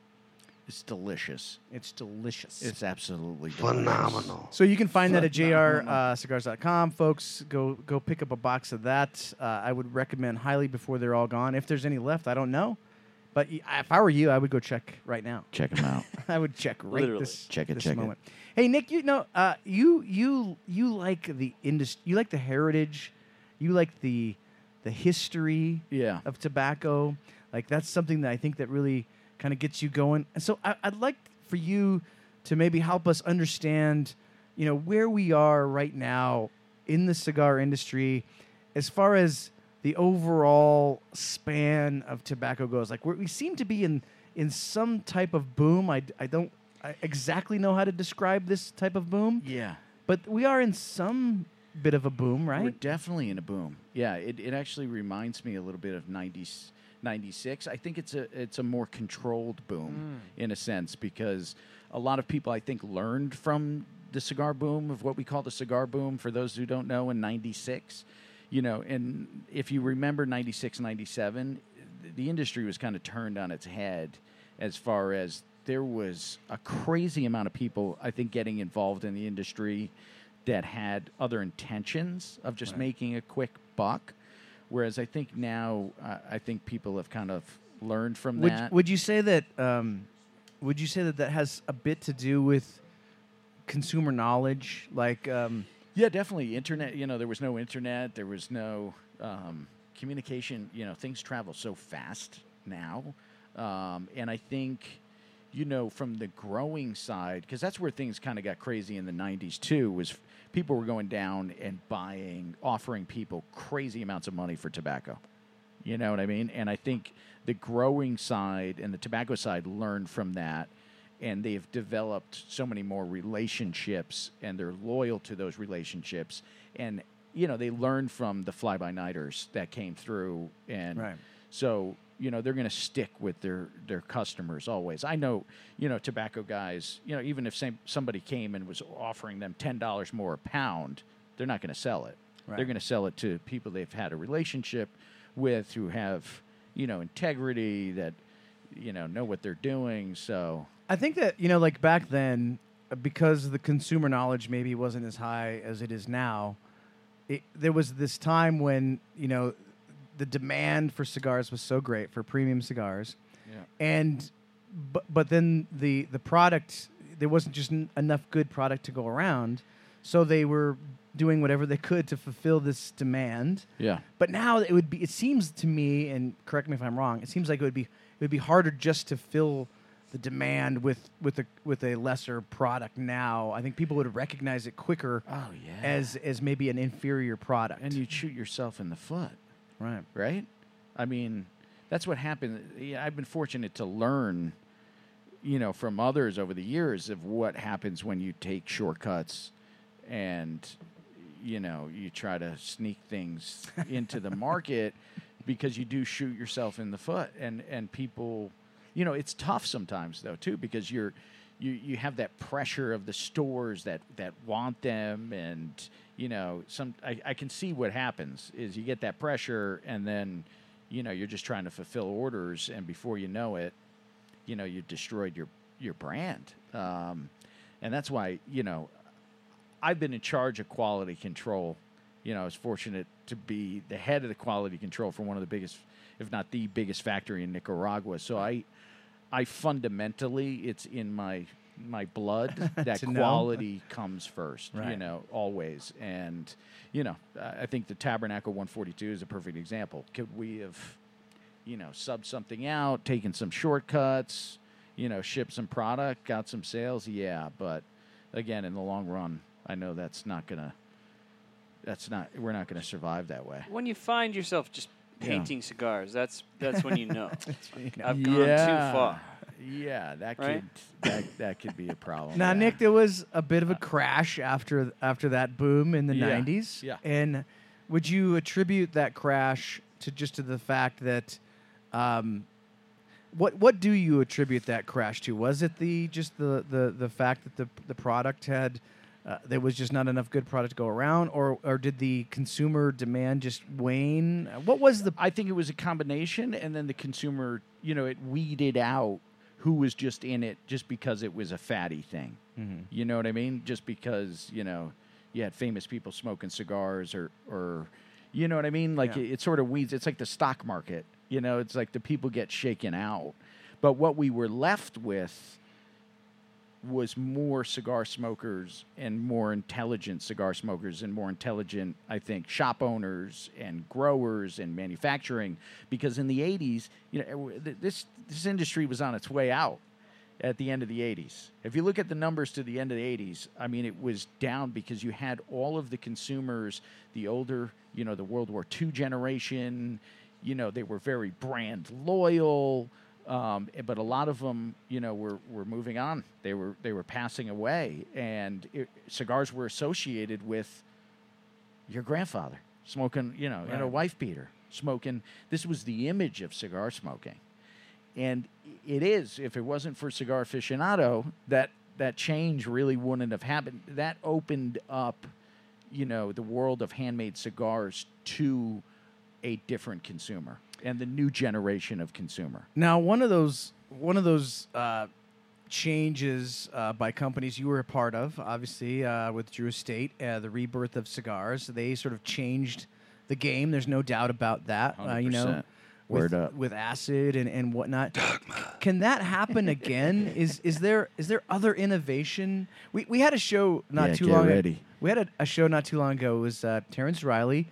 It's delicious.
It's delicious.
It's absolutely delicious. phenomenal.
So you can find that at uh, jrcigars.com, folks. Go go pick up a box of that. Uh, I would recommend highly before they're all gone. If there's any left, I don't know, but y- if I were you, I would go check right now.
Check them out.
I would check right
Literally.
this
Check it,
this
check it.
moment. Hey Nick, you know uh, you you you like the industry, you like the heritage, you like the the history
yeah.
of tobacco. Like that's something that I think that really kind of gets you going. And so I, I'd like for you to maybe help us understand, you know, where we are right now in the cigar industry, as far as the overall span of tobacco goes. Like we're, we seem to be in in some type of boom. I I don't I exactly know how to describe this type of boom,
Yeah.
but we are in some bit of a boom,
We're
right?
definitely in a boom. Yeah, it, it actually reminds me a little bit of 90, 96. I think it's a it's a more controlled boom in a sense because a lot of people I think learned from the cigar boom of what we call the cigar boom for those who don't know in 96. You know, and if you remember 96 97, th- the industry was kind of turned on its head as far as there was a crazy amount of people I think getting involved in the industry that had other intentions of just making a quick buck. Whereas I think now uh, I think people have kind of learned from
Would,
that.
would you say that? Um, would you say that that has a bit to do with consumer knowledge? Like, um,
yeah, definitely internet. You know, there was no internet. There was no um, communication. You know, things travel so fast now, um, and I think you know, from the growing side, because that's where things kind of got crazy in the 90s too, was people were going down and buying, offering people crazy amounts of money for tobacco. You know what I mean? And I think the growing side and the tobacco side learned from that. And they've developed so many more relationships and they're loyal to those relationships. And, you know, they learned from the fly by nighters that came through. And
Right.
so, you know, they're going to stick with their, their customers always. I know, you know, tobacco guys, you know, even if same, somebody came and was offering them $10 more a pound, they're not going to sell it. They're
Right.
going to sell it to people they've had a relationship with who have, you know, integrity that, you know, know what they're doing. So,
I think that you know, like back then, uh, because the consumer knowledge maybe wasn't as high as it is now. It, there was this time when you know the demand for cigars was so great for premium cigars,
Yeah.
and but but then the the product there wasn't just n- enough good product to go around, so they were doing whatever they could to fulfill this demand.
yeah.
But now it would be. It seems to me, and correct me if I'm wrong. It seems like it would be. It would be harder just to fill the demand with with a with a lesser product. Now, I think people would recognize it quicker
Oh, yeah.
as as maybe an inferior product.
and you'd shoot yourself in the foot,
right.
right? I mean, that's what happened. Yeah, I've been fortunate to learn, you know, from others over the years of what happens when you take shortcuts and, you know, you try to sneak things into the market because you do shoot yourself in the foot. And, and people, you know, it's tough sometimes, though, too, because you're, you, you have that pressure of the stores that, that want them and you know some I, I can see what happens is you get that pressure and then you know you're just trying to fulfill orders and before you know it you know you destroyed your your brand um, and that's why you know i've been in charge of quality control you know i was fortunate to be the head of the quality control for one of the biggest if not the biggest factory in nicaragua so i i fundamentally it's in my my blood that
To know.
quality comes first you
Right.
know always and you know i I think the tabernacle 142 is a perfect example could we have you know, sub something out, taking some shortcuts, you know, ship some product, got some sales, yeah. But again, in the long run, I know that's not gonna. That's not. We're not gonna survive that way.
When you find yourself just
Yeah.
painting cigars, that's that's when you know. I've gone
yeah.
too far.
Yeah, that
Right?
could that, that could be a problem.
Now,
yeah.
Nick, there was a bit of a crash after after that boom in the
Yeah.
'90s.
Yeah.
And would you attribute that crash to just to the fact that, um, what what do you attribute that crash to? Was it the just the the, the fact that the the product had uh, there was just not enough good product to go around, or or did the consumer demand just wane? Uh, What was the
I think it was a combination, and then the consumer, you know, it weeded out who was just in it just because it was a fatty thing. You know what I mean? Just because you know you had famous people smoking cigars, or or you know what I mean? Like
Yeah.
it, it sort of weeds. It's like the stock market. You know, it's like the people get shaken out. But what we were left with was more cigar smokers and more intelligent cigar smokers and more intelligent, I think, shop owners and growers and manufacturing. Because in the '80s, you know, w- th- this this industry was on its way out at the end of the '80s. If you look at the numbers to the end of the '80s, I mean, it was down because you had all of the consumers, the older, you know, the World War II generation. You know, they were very brand loyal um, eh, but a lot of them, you know, were, were moving on. They were they were passing away, and it, cigars were associated with your grandfather smoking, you know, and a
Right.
wife beater smoking. This was the image of cigar smoking, and it is. If it wasn't for cigar aficionado, that that change really wouldn't have happened. That opened up, you know, the world of handmade cigars to a different consumer and the new generation of consumer.
Now, one of those one of those uh, changes uh, by companies you were a part of, obviously uh, with Drew Estate, uh, the rebirth of cigars, they sort of changed the game. There's no doubt about that. Uh, you know,
100%. Word
with,
up.
with acid and, and whatnot. Can that happen again? is is there is there other innovation? We we had a show not
Yeah,
too
get
long.
ready.
We had a, a show not too long ago. It was uh, Terrence Riley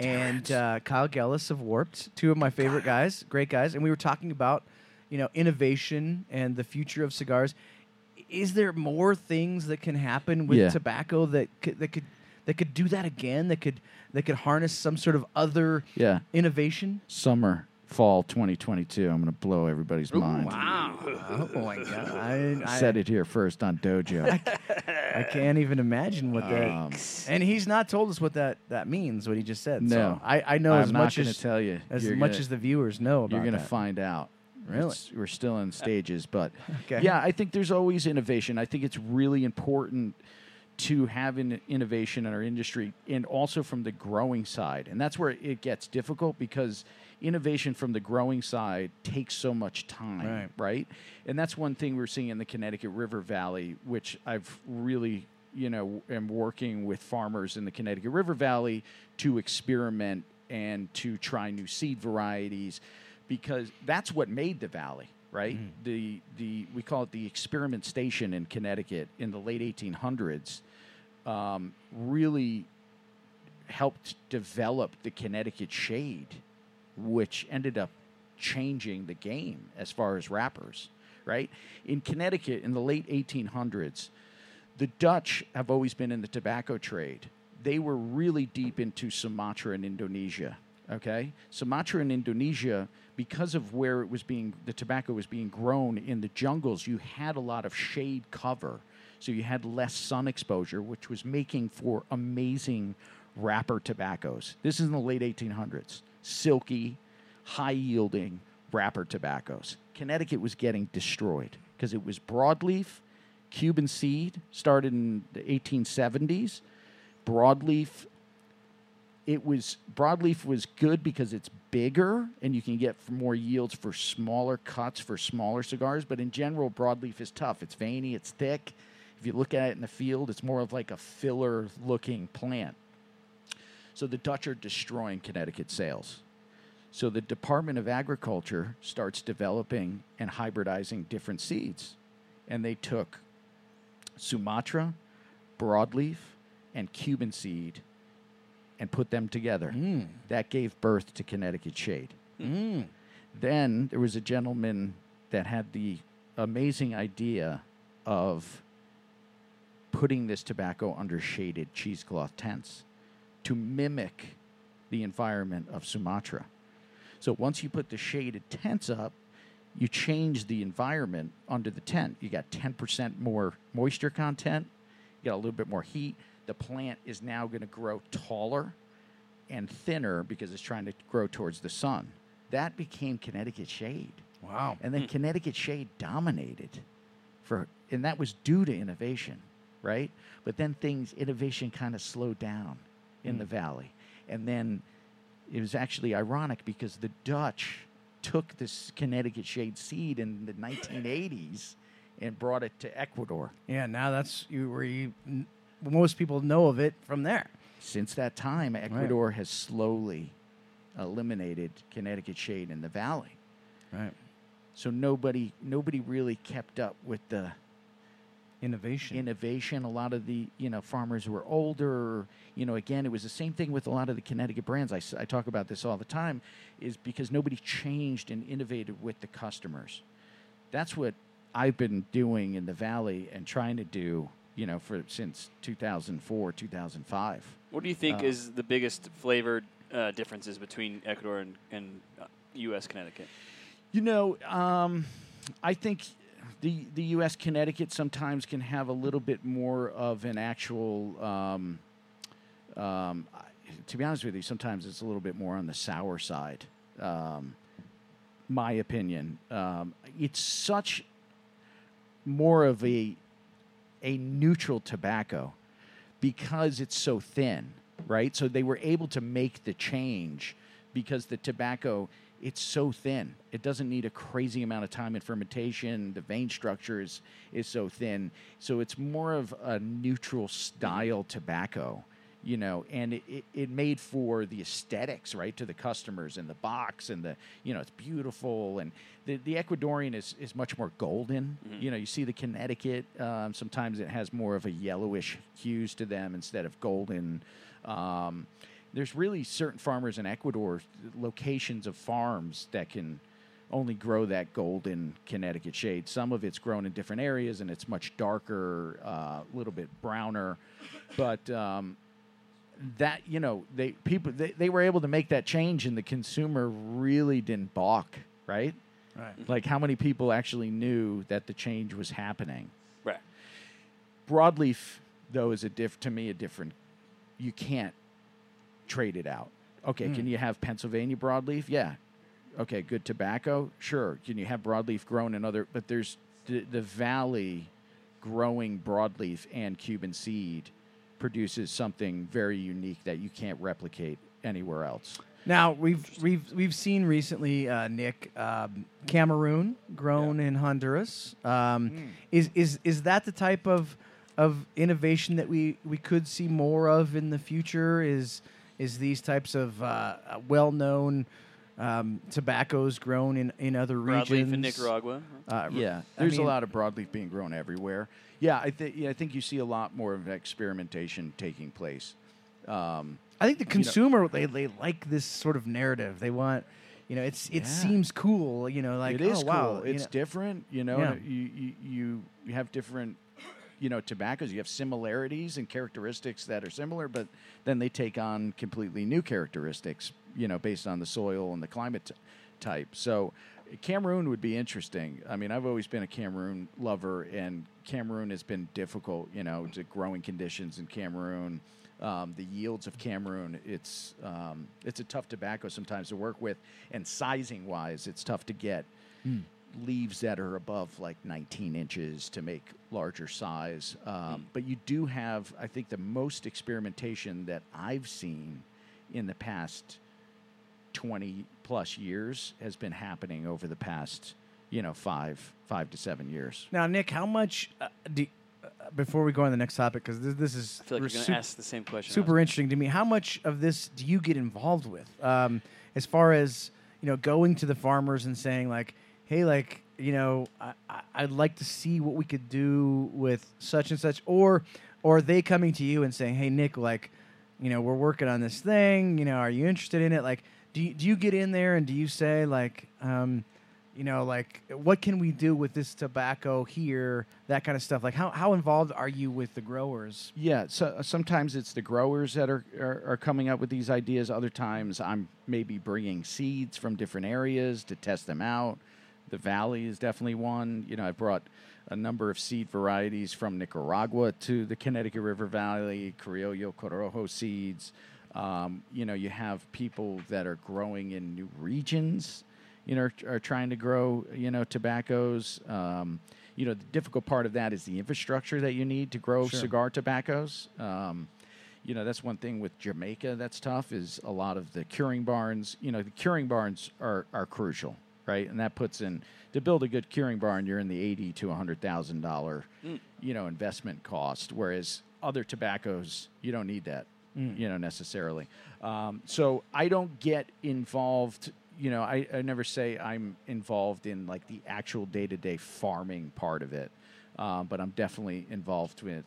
and uh, Kyle Gellis of Warped, two of my favorite guys, great guys, and we were talking about you know innovation and the future of cigars. Is there more things that can happen with
Yeah.
tobacco that could, that could that could do that again? That could that could harness some sort of other
Yeah.
innovation?
Summer, fall 2022. I'm going to blow everybody's mind.
Wow! Oh my god! I, I,
Said it here first on Dojo.
I can't even imagine what that.
Um,
and he's not told us what that, that means. What he just said. so
No.
I, I know
I'm
as
not
much
gonna
as
tell you.
as
You're
much
gonna-
as the viewers know about.
You're going to
that.
find out.
Really?
It's- we're still in stages, but
Okay.
yeah, I think there's always innovation. I think it's really important to have an innovation in our industry and also from the growing side. And that's where it gets difficult because innovation from the growing side takes so much time,
Right.
And that's one thing we're seeing in the Connecticut River Valley, which I've really, you know, am working with farmers in the Connecticut River Valley to experiment and to try new seed varieties because that's what made the valley, right? The the we call it the experiment station in Connecticut in the late 1800s um, really helped develop the Connecticut shade, which ended up changing the game as far as rappers, right? In Connecticut in the late 1800s, the Dutch have always been in the tobacco trade. They were really deep into Sumatra and Indonesia. Okay, Sumatra and Indonesia, because of where it was being, the tobacco was being grown in the jungles. You had a lot of shade cover, so you had less sun exposure, which was making for amazing wrapper tobaccos. This is in the late 1800s, silky, high yielding wrapper tobaccos. Connecticut was getting destroyed because it was broadleaf, Cuban seed, started in the 1870s. Broadleaf, it was broadleaf was good because it's bigger and you can get f- more yields for smaller cuts for smaller cigars. But in general, broadleaf is tough. It's veiny, it's thick. If you look at it in the field, it's more of like a filler looking plant. So the Dutch are destroying Connecticut sales. So the Department of Agriculture starts developing and hybridizing different seeds. And they took Sumatra, broadleaf, and Cuban seed and put them together. That gave birth to Connecticut shade. Then there was a gentleman that had the amazing idea of putting this tobacco under shaded cheesecloth tents to mimic the environment of Sumatra. So once you put the shaded tents up, you change the environment under the tent. You got 10% more moisture content, you got a little bit more heat. The plant is now going to grow taller and thinner because it's trying to grow towards the sun. That became Connecticut shade.
Wow.
And then Connecticut shade dominated for and that was due to innovation, right? But then things innovation kind of slowed down in the valley. And then it was actually ironic because the Dutch took this Connecticut shade seed in the 1980s and brought it to Ecuador.
Yeah. Now that's you where you n- most people know of it from there.
Since that time, Ecuador has slowly eliminated Connecticut shade in the valley.
Right.
So nobody nobody really kept up with the
Innovation.
innovation. A lot of the you know farmers were older. You know, again, it was the same thing with a lot of the Connecticut brands. I, s- I talk about this all the time, is because nobody changed and innovated with the customers. That's what I've been doing in the valley and trying to do. You know, for since 2004, 2005.
What do you think is the biggest flavored uh, differences between Ecuador and, and uh, U.S. Connecticut?
You know, um, I think the the U.S. Connecticut sometimes can have a little bit more of an actual. Um, um, I- to be honest with you, sometimes it's a little bit more on the sour side. Um, my opinion, um, it's such more of a a neutral tobacco because it's so thin, right? So they were able to make the change because the tobacco it's so thin. It doesn't need a crazy amount of time in fermentation. The vein structure is, is so thin. So it's more of a neutral style tobacco, you know, and it, it, it made for the aesthetics, right, to the customers and the box and the, you know, it's beautiful. And the, the Ecuadorian is, is much more golden. You know, you see the Connecticut, um, sometimes it has more of a yellowish hues to them instead of golden. Um, there's really certain farmers in Ecuador, locations of farms that can only grow that gold in Connecticut shade. Some of it's grown in different areas and it's much darker, uh, a little bit browner, but um, that you know they people they, they were able to make that change and the consumer really didn't balk, right?
Right.
Like how many people actually knew that the change was happening?
Right.
broadleaf though is a diff to me a different you can't trade it out okay
Hmm.
can you have pennsylvania broadleaf yeah okay good tobacco sure can you have broadleaf grown in other but there's the, the valley growing broadleaf and cuban seed produces something very unique that you can't replicate anywhere else
Now we've we've we've seen recently, uh, Nick, um, Cameroon grown in Honduras. Um,
Hmm.
Is is is that the type of of innovation that we we could see more of in the future? Is is these types of uh, well known um, tobaccos grown in in other regions?
Broadleaf in Nicaragua.
Uh,
Yeah,
I
there's
mean-
a lot of broadleaf being grown everywhere. Yeah, I think yeah, I think you see a lot more of experimentation taking place. Um,
I think the consumer they, they like this sort of narrative. They want, you know, it's it
Yeah.
seems cool. You know, like
it is
oh, wow,
cool.
you
It's
know.
different, you know.
Yeah.
and You, you you you have different, you know, tobaccos. You have similarities and characteristics that are similar, but then they take on completely new characteristics, you know, based on the soil and the climate t- type. So, Cameroon would be interesting. I mean, I've always been a Cameroon lover, and Cameroon has been difficult, you know, to growing conditions in Cameroon. Um, the yields of Cameroon, it's um, it's a tough tobacco sometimes to work with, and sizing wise, it's tough to get leaves that are above like 19 inches to make larger size. Um, But you do have, I think, the most experimentation that I've seen in the past 20 plus years has been happening over the past, you know, five five to seven years.
Now, Nick, how much uh, do, uh, before we go on to the next topic because this, this is
I feel like you're going
super,
to ask the same question. I was
super interesting to me. How much of this do you get involved with, um, as far as you know, going to the farmers and saying like, hey, like you know, I, I, I'd like to see what we could do with such and such, or or are they coming to you and saying, hey, Nick, like, you know, we're working on this thing. You know, are you interested in it? Like, do you, do you get in there and do you say like, um, you know, like what can we do with this tobacco here? That kind of stuff. Like, how how involved are you with the growers?
Yeah, so uh, sometimes it's the growers that are, are, are coming up with these ideas. Other times I'm maybe bringing seeds from different areas to test them out. The valley is definitely one. You know, I brought a number of seed varieties from Nicaragua to the Connecticut River Valley, Criollo Corojo seeds. Um, you know, you have people that are growing in new regions you know, are, are trying to grow, you know, tobaccos. Um, you know, the difficult part of that is the infrastructure that you need to grow cigar tobaccos. Um, you know, that's one thing with Jamaica that's tough is a lot of the curing barns. You know, the curing barns are, are crucial, right? And that puts in to build a good curing barn, you're in the eighty to hundred thousand dollar, you know, investment cost. Whereas other tobaccos, you don't need that you know necessarily um, so i don't get involved you know I, I never say i'm involved in like the actual day-to-day farming part of it um, but i'm definitely involved with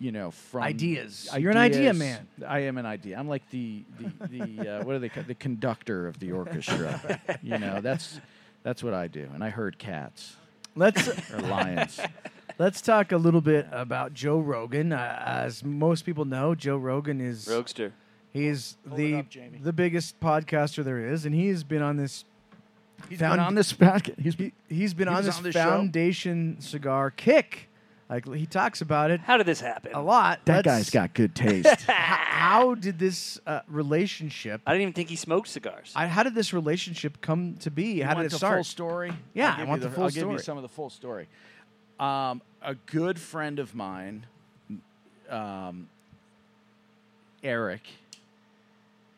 you know from
Ideas. You're an idea
ideas.
man.
i am an idea i'm like the the, the uh, what are they called? the conductor of the orchestra you know that's that's what i do and i herd cats
Let's
or lions
let's talk a little bit about Joe Rogan. Uh, as most people know, Joe Rogan is
Roguester.
he's
it
the
up, Jamie.
the biggest podcaster there is, and he has been on this. He's
Been on this packet he's
He, has been
he
on
was
this,
on this show.
foundation cigar kick. Like he talks about it
How did this happen?
a lot. Let's-
that guy's got good taste
h- How did this uh, relationship?
I didn't even think he smoked cigars.
I, how did this relationship come to be? how
want
did it
the
start?
Full story.
Yeah,
I'll
I
give
want
you
the full
I'll give
story.
you some of the full story. Um, a good friend of mine, um, Eric.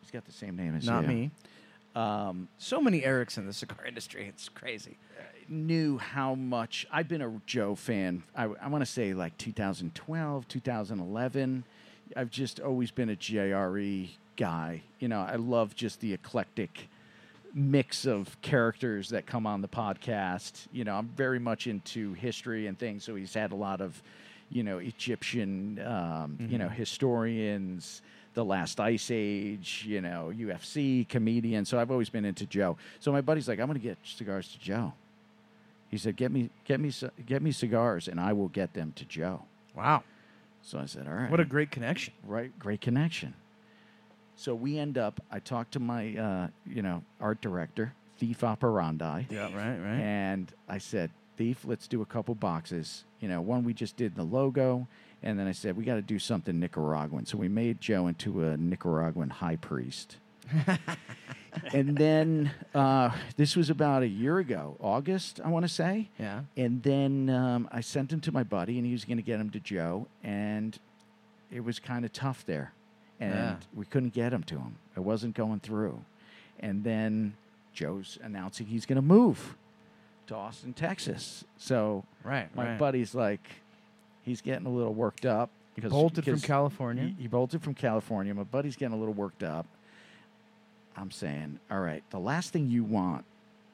He's got the same name as
Not
you.
me.
Um,
So many Erics in the cigar industry. It's crazy.
knew how much I've been a Joe fan. I, want to say like 2012, 2011. I've just always been a JRE E guy. You know, I love just the eclectic mix of characters that come on the podcast. You know, I'm very much into history and things. So he's had a lot of, you know, Egyptian, um, you know, historians, the last Ice Age, you know, UFC comedian. So I've always been into Joe. So my buddy's like, I'm going to get cigars to Joe. He said, "Get me, get me, ci- get me cigars, and I will get them to Joe."
Wow.
So I said, "All right."
What a great connection.
right great connection so we end up i talked to my uh, you know art director thief operandi
Yeah, right, right.
and i said thief let's do a couple boxes you know one we just did the logo and then i said we got to do something nicaraguan so we made joe into a nicaraguan high priest and then uh, this was about a year ago august i want to say
Yeah.
and then um, I sent him to my buddy, and he was going to get him to Joe, and it was kind of tough there, and
Yeah.
we couldn't get him to him. It wasn't going through, and then Joe's announcing he's going to move to Austin, Texas. So
Right,
my
right.
buddy's like, he's getting a little worked up because
Bolted from
because
California.
He, he bolted from California. My buddy's getting a little worked up. I'm saying, all right, the last thing you want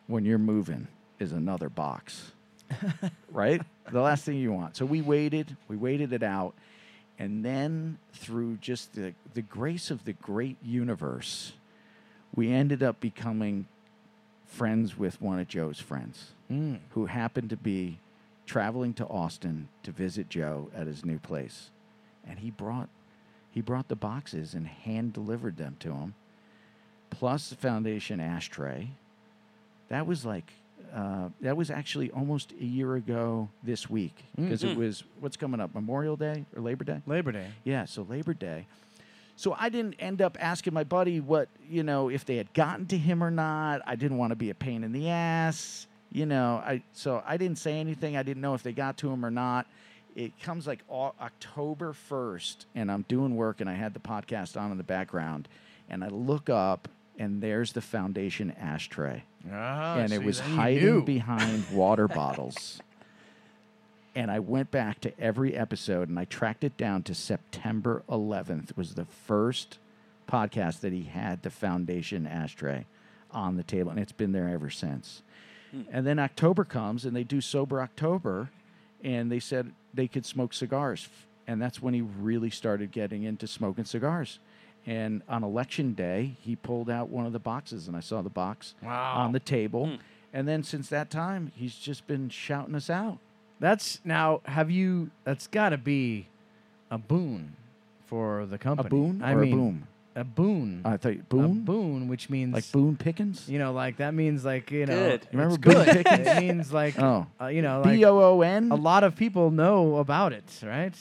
when you're moving is another box, right? The last thing you want. So we waited, we waited it out. And then through just the, the grace of the great universe, we ended up becoming friends with one of Joe's friends who happened to be traveling to Austin to visit Joe at his new place. And he brought he brought the boxes and hand delivered them to him, plus the foundation ashtray. That was like uh, that was actually almost a year ago this week because it was what's coming up Memorial Day or Labor Day.
Labor Day.
Yeah, so Labor Day. So I didn't end up asking my buddy what, you know, if they had gotten to him or not. I didn't want to be a pain in the ass, you know. I so I didn't say anything. I didn't know if they got to him or not. It comes like Au- October 1st and I'm doing work and I had the podcast on in the background and I look up and there's the foundation ashtray
Oh,
and it was hiding behind water bottles. And I went back to every episode and I tracked it down to September 11th was the first podcast that he had the foundation ashtray on the table and it's been there ever since. And then October comes and they do sober October and they said they could smoke cigars and that's when he really started getting into smoking cigars. And on election day, he pulled out one of the boxes and I saw the box
Wow.
on the table. And then since that time, he's just been shouting us out.
That's now. Have you? That's got to be a boon for the company.
boon
I
or a
mean,
boom?
A boon.
I thought
A
Boone,
boon, which means
like Boone Pickens,
You know, like that means like you know.
Good.
it's
Remember Boone
good. it means like
Oh.
uh, you know, like
B O O
a
N.
lot of people know about it, right?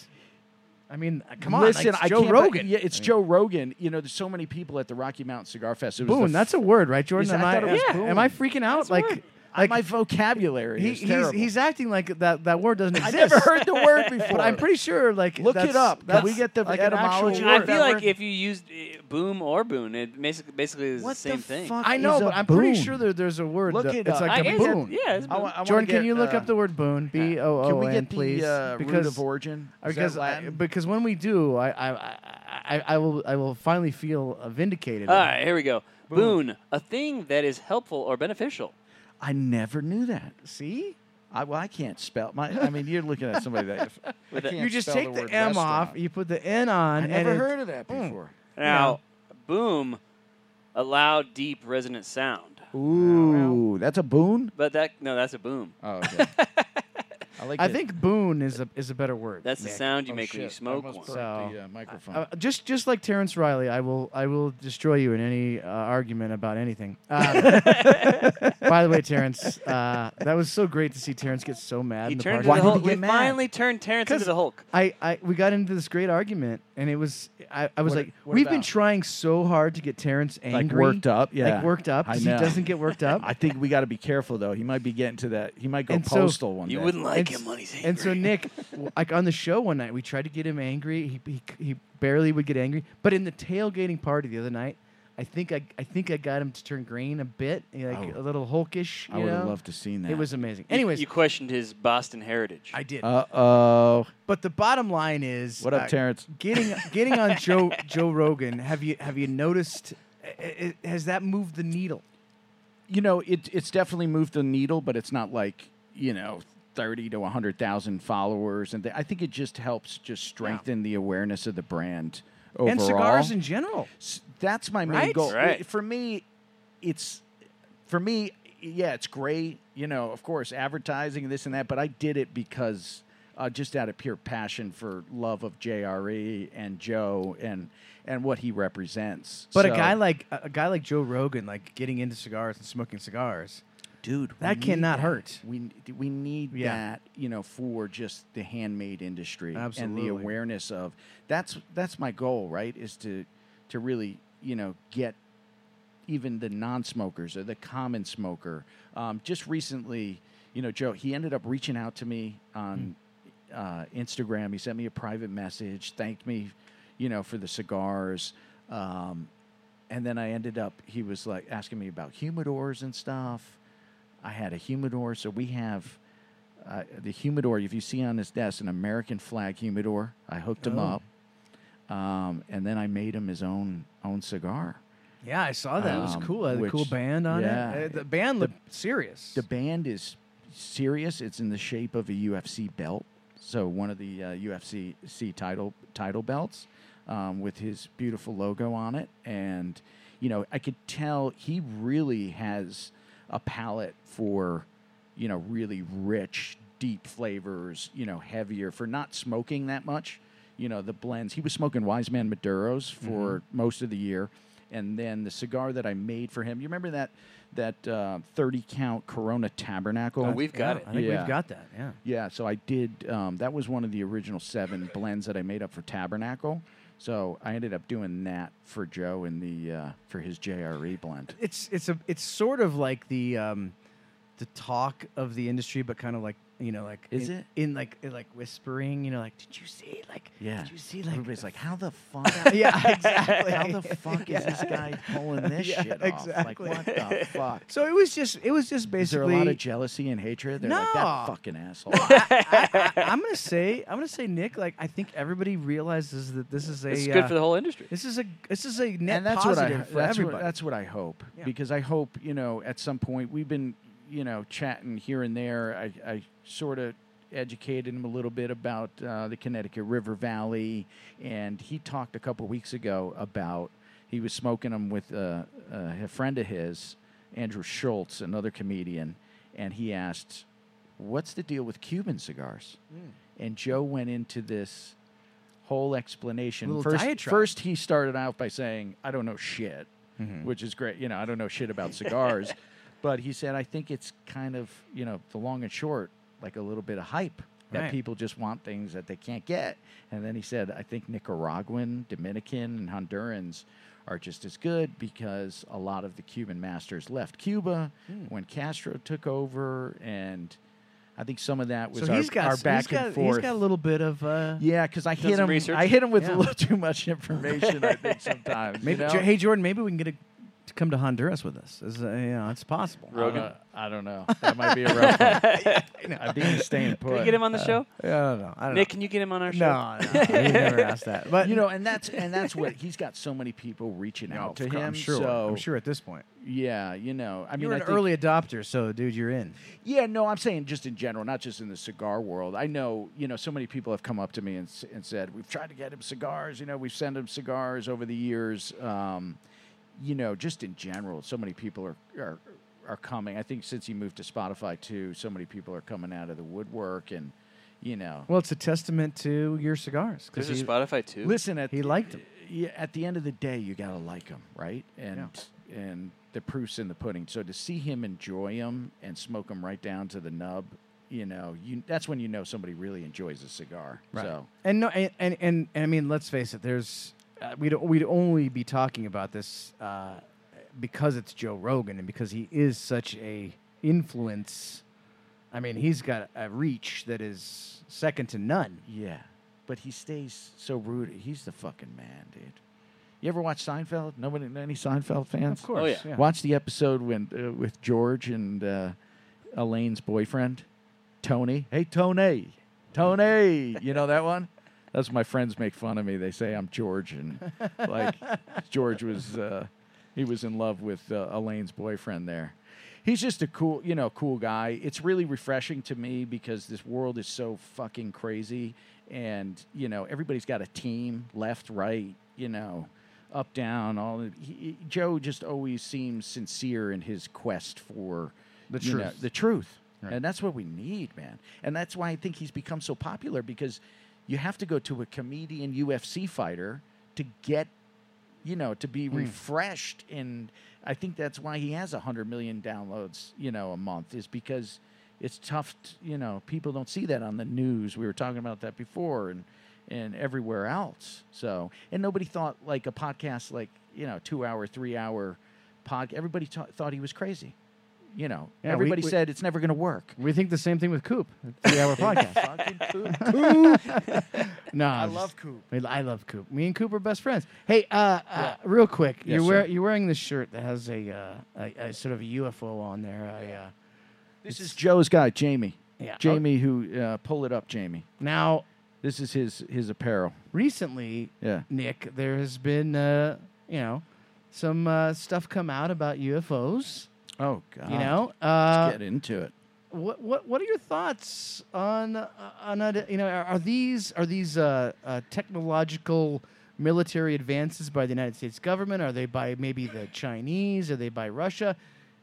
I mean, uh, come
Listen,
on, like, it's
I
Joe
can't-
Rogan.
Yeah, it's Joe Rogan. You know, there's so many people at the Rocky Mountain Cigar Fest. It was the
Boone. That's a word, right, Jordan?
Is- I
Am
thought it was
yeah.
boon.
Am I freaking out?
That's a
like,
word.
like
my vocabulary.
he,
is
he's
terrible.
he's acting like that that word doesn't
I
exist.
never heard the word before.
But I'm pretty sure, like,
Look
that's-
it up. Can
that's
we get the
like an actual
etymology?
I
word.
feel like if you used uh, boom or boon, it basically basically is
What
the same
the
thing.
fuck
I
is
know,
a
but I'm pretty
boon?
sure that there's a word.
Look
that-
it
it's
up.
like
I-
a
it's-
boon.
yeah, it's boon.
I wa- I wanna
Jordan, can
get,
you look
uh,
up the word boon? B O
Can
O
we
N,
get
please.
the uh, root
because
of origin? Is that
because I,
Latin?
because when we do, I I, I I- I will I will finally feel uh, vindicated.
All right, here we go. Boon, a thing that is helpful or beneficial.
I never knew that.
See,
I, well, I can't spell my. I mean, you're looking at somebody that I
With a-
can't
you just
spell
take the,
word
M
restaurant.
off, you put the N on.
I
and
never
it-
heard of that before.
Now, boom, a loud, deep, resonant sound.
Ooh, that's a boon.
But that no, that's a boom.
Oh, okay. I like.
I
that.
think boon is a is a better word.
That's the
Nick.
sound you
Oh,
make when you
shit, I
smoke
must
one.
break
So,
the, uh, microphone.
Uh, just just like Terrence Riley, I will I will destroy you in any uh, argument about anything. Um, by the way, Terrence, uh, that was so great to see Terrence get so mad.
He
in the
turned
parking
into the
did he
Hulk.
get
We
mad?
finally turned Terrence into
'Cause
the Hulk.
I, I we got into this great argument, and it was I, I was
What-
like,
what
we've been
about?
trying so hard to get Terrence angry,
worked up, yeah.
like worked up.
I
'cause
know.
He doesn't get worked up.
I think we got to be careful though. He might be getting to that. He might go
And so-
postal one
You
day.
wouldn't like
and, s-
him when he's angry.
and so Nick, w- like on the show one night, we tried to get him angry. He, he c- he barely would get angry. But in the tailgating party the other night, I think I I think I got him to turn green a bit, like
Oh.
a little hulkish.
I
you
would have
know?
loved to seen that.
It was amazing.
You-
Anyways,
you questioned his Boston heritage.
I did.
Uh oh.
but the bottom line is,
What up,
uh,
Terrence?
getting getting on Joe Joe Rogan. Have you have you noticed? i- i- Has that moved the needle?
you know, it, it's definitely moved the needle, but it's not like, you know, 30 to 100,000 followers. And th- I think it just helps just strengthen the awareness of the brand overall.
and cigars in general.
S- that's my main
Right?
goal.
Right.
For me, it's for me, yeah, it's great. You know, of course, advertising and this and that, but I did it because uh, just out of pure passion for love of JRE and Joe and and what he represents.
But a
So-
guy like a a guy like Joe Rogan, like getting into cigars and smoking cigars,
dude, we
that
need
cannot hurt.
We we need
Yeah.
that, you know, for just the handmade industry
Absolutely.
and the awareness of that's that's my goal, right? Is to to really you know get even the non-smokers or the common smoker. Um, just recently, you know, Joe, he ended up reaching out to me on
Hmm.
uh, Instagram. He sent me a private message, thanked me, you know, for the cigars. Um, and then I ended up, he was like asking me about humidors and stuff. I had a humidor. So we have uh, the humidor, if you see on his desk, an American flag humidor. I hooked him
Oh.
up. Um, and then I made him his own own cigar.
Yeah, I saw that. it was
Um,
cool. It had a cool
which-
band on
yeah.
it. Uh, the band looked serious.
The band is serious. It's in the shape of a UFC belt, so one of the uh, UFC C title title belts, um, with his beautiful logo on it. And you know, I could tell he really has a palate for you know really rich, deep flavors. You know, heavier for not smoking that much. You know, the blends. He was smoking Wise Man Maduros for
Mm-hmm.
most of the year and then the cigar that I made for him. You remember that that uh, thirty count Corona Tabernacle?
Oh, we've got
Yeah,
it.
I think
Yeah.
we've got that. Yeah.
yeah. So I did. Um, that was one of the original seven blends that I made up for Tabernacle. So I ended up doing that for Joe in the uh, for his JRE blend.
It's it's a it's sort of like the um, the talk of the industry, but kind of like you know like
Is
in,
it?
in like in like whispering? You know, like did you see like
Yeah.
did you see like
Everybody's like, "How the fuck?
yeah exactly
How the fuck is this guy pulling this
Yeah,
shit off?
exactly.
Like, what the fuck?"
So it was just it was just basically
Is there a lot of jealousy and hatred? They're like
No.
that fucking asshole.
I, I'm gonna say I'm gonna say Nick. Like I think everybody realizes that this is a
It's
uh,
good for the whole industry.
this is a this is a net
and that's
positive
what I,
for
that's
everybody.
What, that's what I hope
Yeah.
because I hope you know at some point we've been you know chatting here and there. I, I sort of educated him a little bit about uh, the Connecticut River Valley, and he talked a couple weeks ago about he was smoking them with uh, uh, a friend of his, Andrew Schultz, another comedian, and he asked, "What's the deal with Cuban cigars?"
Hmm.
And Joe went into this whole explanation.
Little
first,
diatribe.
first, he started out by saying, I don't know shit,
Mm-hmm.
which is great. You know, I don't know shit about cigars. but he said, I think it's kind of, you know, the long and short, like a little bit of hype that
Right.
people just want things that they can't get. And then he said, I think Nicaraguan, Dominican, and Hondurans are just as good because a lot of the Cuban masters left Cuba
Hmm.
when Castro took over. And I think some of that was
so
our,
he's got
our
s- he's
back
got,
and forth.
He's got a little bit of uh,
Yeah, because I hit
some
him.
research?
I hit him with
Yeah.
a little too much information. I think sometimes.
maybe.
you know?
Jo- Hey Jordan, maybe we can get a, to come to Honduras with us. This is, uh, you know, it's possible.
I don't
Rogan.
know. I don't know. That might be a rough one. I think he's staying put.
Can we get him on the show?
I don't know. I don't
Nick, can you get him on our show?
know. No, no, we never asked that. But
You know, and that's and that's what he's got. So many people reaching
No,
out to
of
him.
course, I'm sure.
So
I'm sure at this point.
yeah, you know, I mean,
You're
I
an
think-
early adopter, so dude, you're in.
Yeah, no, I'm saying just in general, not just in the cigar world. I know, you know, so many people have come up to me and, s- and said, we've tried to get him cigars, you know, we've sent him cigars over the years. Um, you know, just in general, so many people are, are, are coming. I think since he moved to Spotify too, so many people are coming out of the woodwork and, you know,
Well, it's a testament to your cigars.
There's
Because
a Spotify too.
listen, at
he liked 'em.
Yeah, at the end of the day, you gotta like him, right? And and the proof's in the pudding. So to see him enjoy him and smoke him right down to the nub, you know, you that's when you know somebody really enjoys a cigar. So
And no, and and, and, and I mean, let's face it. There's uh, we'd we'd only be talking about this uh, because it's Joe Rogan and because he is such a influence. I mean, he's got a reach that is second to none.
yeah, but he stays so rude. He's the fucking man, dude. You ever watch Seinfeld? Nobody, any Seinfeld fans?
course, Oh, yeah. yeah.
Watch the episode when uh, with George and uh, Elaine's boyfriend, Tony. Hey, Tony, Tony. You know that one? That's my friends make fun of me. They say I'm George, and like George was, uh, he was in love with uh, Elaine's boyfriend there. He's just a cool, you know, cool guy. It's really refreshing to me because this world is so fucking crazy, and you know everybody's got a team, left, right, you know, up down. All he, he- Joe just always seems sincere in his quest for
The
you know,
truth.
the truth, and that's what we need, man. And that's why I think he's become so popular because you have to go to a comedian UFC fighter to get you know, to
Hmm.
be refreshed. And I think that's why he has 100 million downloads, you know, a month is because it's tough, t- you know, people don't see that on the news. We were talking about that before and, and everywhere else. So, and nobody thought like a podcast, like, you know, two hour, three hour pod, everybody ta- thought he was crazy. You know,
Yeah, we-
everybody
we-
said it's never going to work.
We think the same thing with Coop. Three hour podcast.
Fucking cool.
No, I
love Coop.
I love Coop. Me and Coop are best friends. Hey, uh, uh, real quick,
Yes,
you're, wear,
sir.
you're wearing this shirt that has a, uh, a, a sort of a UFO on there. A, uh,
this is Joe's guy, Jamie.
Yeah. Oh.
Jamie, who uh, pull it up, Jamie.
now,
This is his his apparel.
recently,
Yeah.
Nick, there has been uh, you know some uh, stuff come out about UFOs.
Oh God.
You know, uh,
get into it.
what what what are your thoughts on uh, on uh, you know are, are these are these uh, uh, technological military advances by the United States government? Are they by maybe the Chinese? Are they by Russia?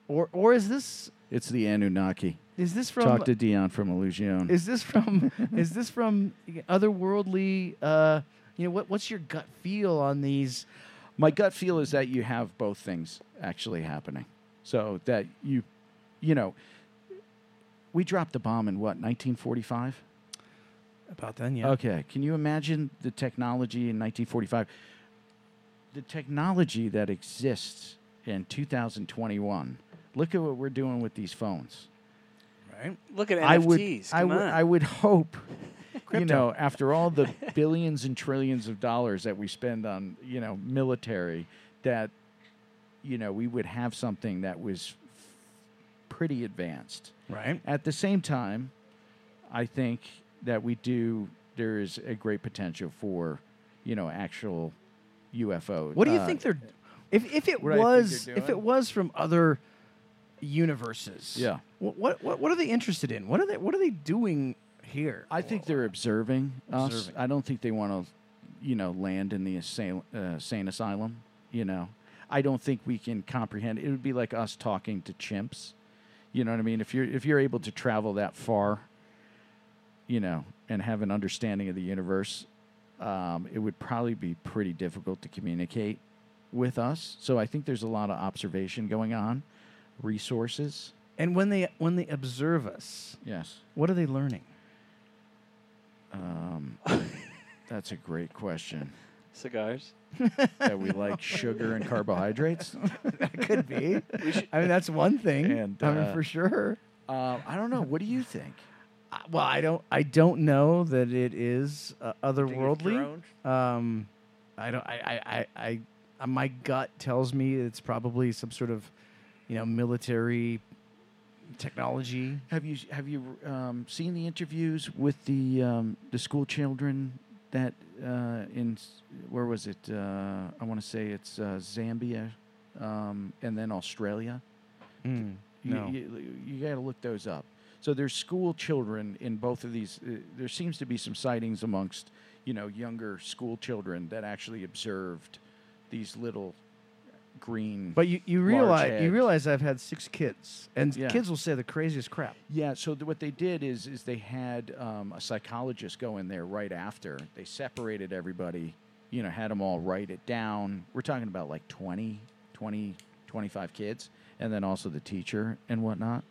Or or is this
It's the Anunnaki.
is this from
Talk to Dion from Illusion.
is this from is this from otherworldly? Uh, you know what what's your gut feel on these?
My gut feel is that you have both things actually happening. So that you, you know, we dropped the bomb in what 1945.
About then,
Okay, can you imagine the technology in 1945? The technology that exists in 2021. Look at what we're doing with these phones.
right.
Look at NFTs.
I would, I
Come
would,
on.
I would hope, you know, after all the billions and trillions of dollars that we spend on, you know, military, that, you know, we would have something that was pretty advanced.
Right.
At the same time, I think that we do. There is a great potential for, you know, actual UFO.
What do you
uh,
think they're? If if it
what I think
was
they're
if it
doing?
was from other universes,
Yeah.
What what what, what are they interested in? What are they what are they doing here?
I think they're observing us.
Observing.
I don't think they want to, you know, land in the insane, uh, sane asylum. You know, I don't think we can comprehend. It would be like us talking to chimps. You know what I mean? If you're if you're able to travel that far, you know, and have an understanding of the universe, um, it would probably be pretty difficult to communicate with us. So I think there's a lot of observation going on, resources.
and when they when they observe us,
Yes.
what are they learning?
Um, that's a great question.
Cigars.
that we like sugar and carbohydrates.
That could be. I mean, that's one thing.
And,
I mean,
uh,
for sure.
Uh, I don't know. What do you think?
I- Well, I don't. I don't know that it is uh, otherworldly. Um, I don't. I. I. I. I uh, my gut tells me it's probably some sort of, you know, military technology.
Have you have you um, seen the interviews with the um, the school children that uh, in s- where was it? Uh, I want to say it's uh, Zambia, um, and then Australia. You-
Hmm, No.
You, got to look those up. So there's school children in both of these. Uh, there seems to be some sightings amongst you know younger school children that actually observed these little green.
But you, you
large
realize you
heads.
realize I've had six kids, and
Yeah.
kids will say the craziest crap.
Yeah. So th- what they did is is they had um, a psychologist go in there right after. They separated everybody. You know, had them all write it down. We're talking about like 20, 20, 25 kids, and then also the teacher and whatnot.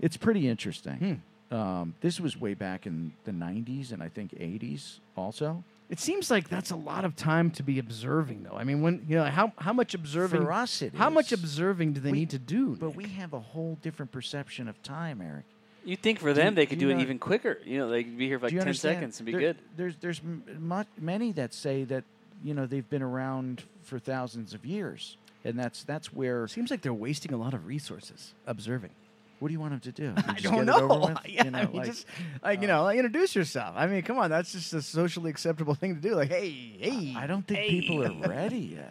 It's pretty interesting.
Hmm.
Um, this was way back in the 90s and I think 80s also.
It seems like that's a lot of time to be observing, though. I mean, when you know how how much observing
For us, it
how much
is.
observing do they
We-
need to do?
But
Nick?
we have a whole different perception of time, Eric.
You'd think for them
you-
they could
do
do,
you
it
know-
even quicker. You know, they could be here for like
Do you
10
understand?
seconds and be
There-
good.
There's there's m- much, many that say that you know they've been around for thousands of years, and that's that's where.
seems like they're wasting a lot of resources observing.
What do you want them to do? You
I
just
don't
get it over
know.
with?
yeah,
You know,
I mean,
like-
just like you know, like, introduce yourself. I mean, come on, that's just a socially acceptable thing to do. Like, hey, hey,
I don't think people are ready yet.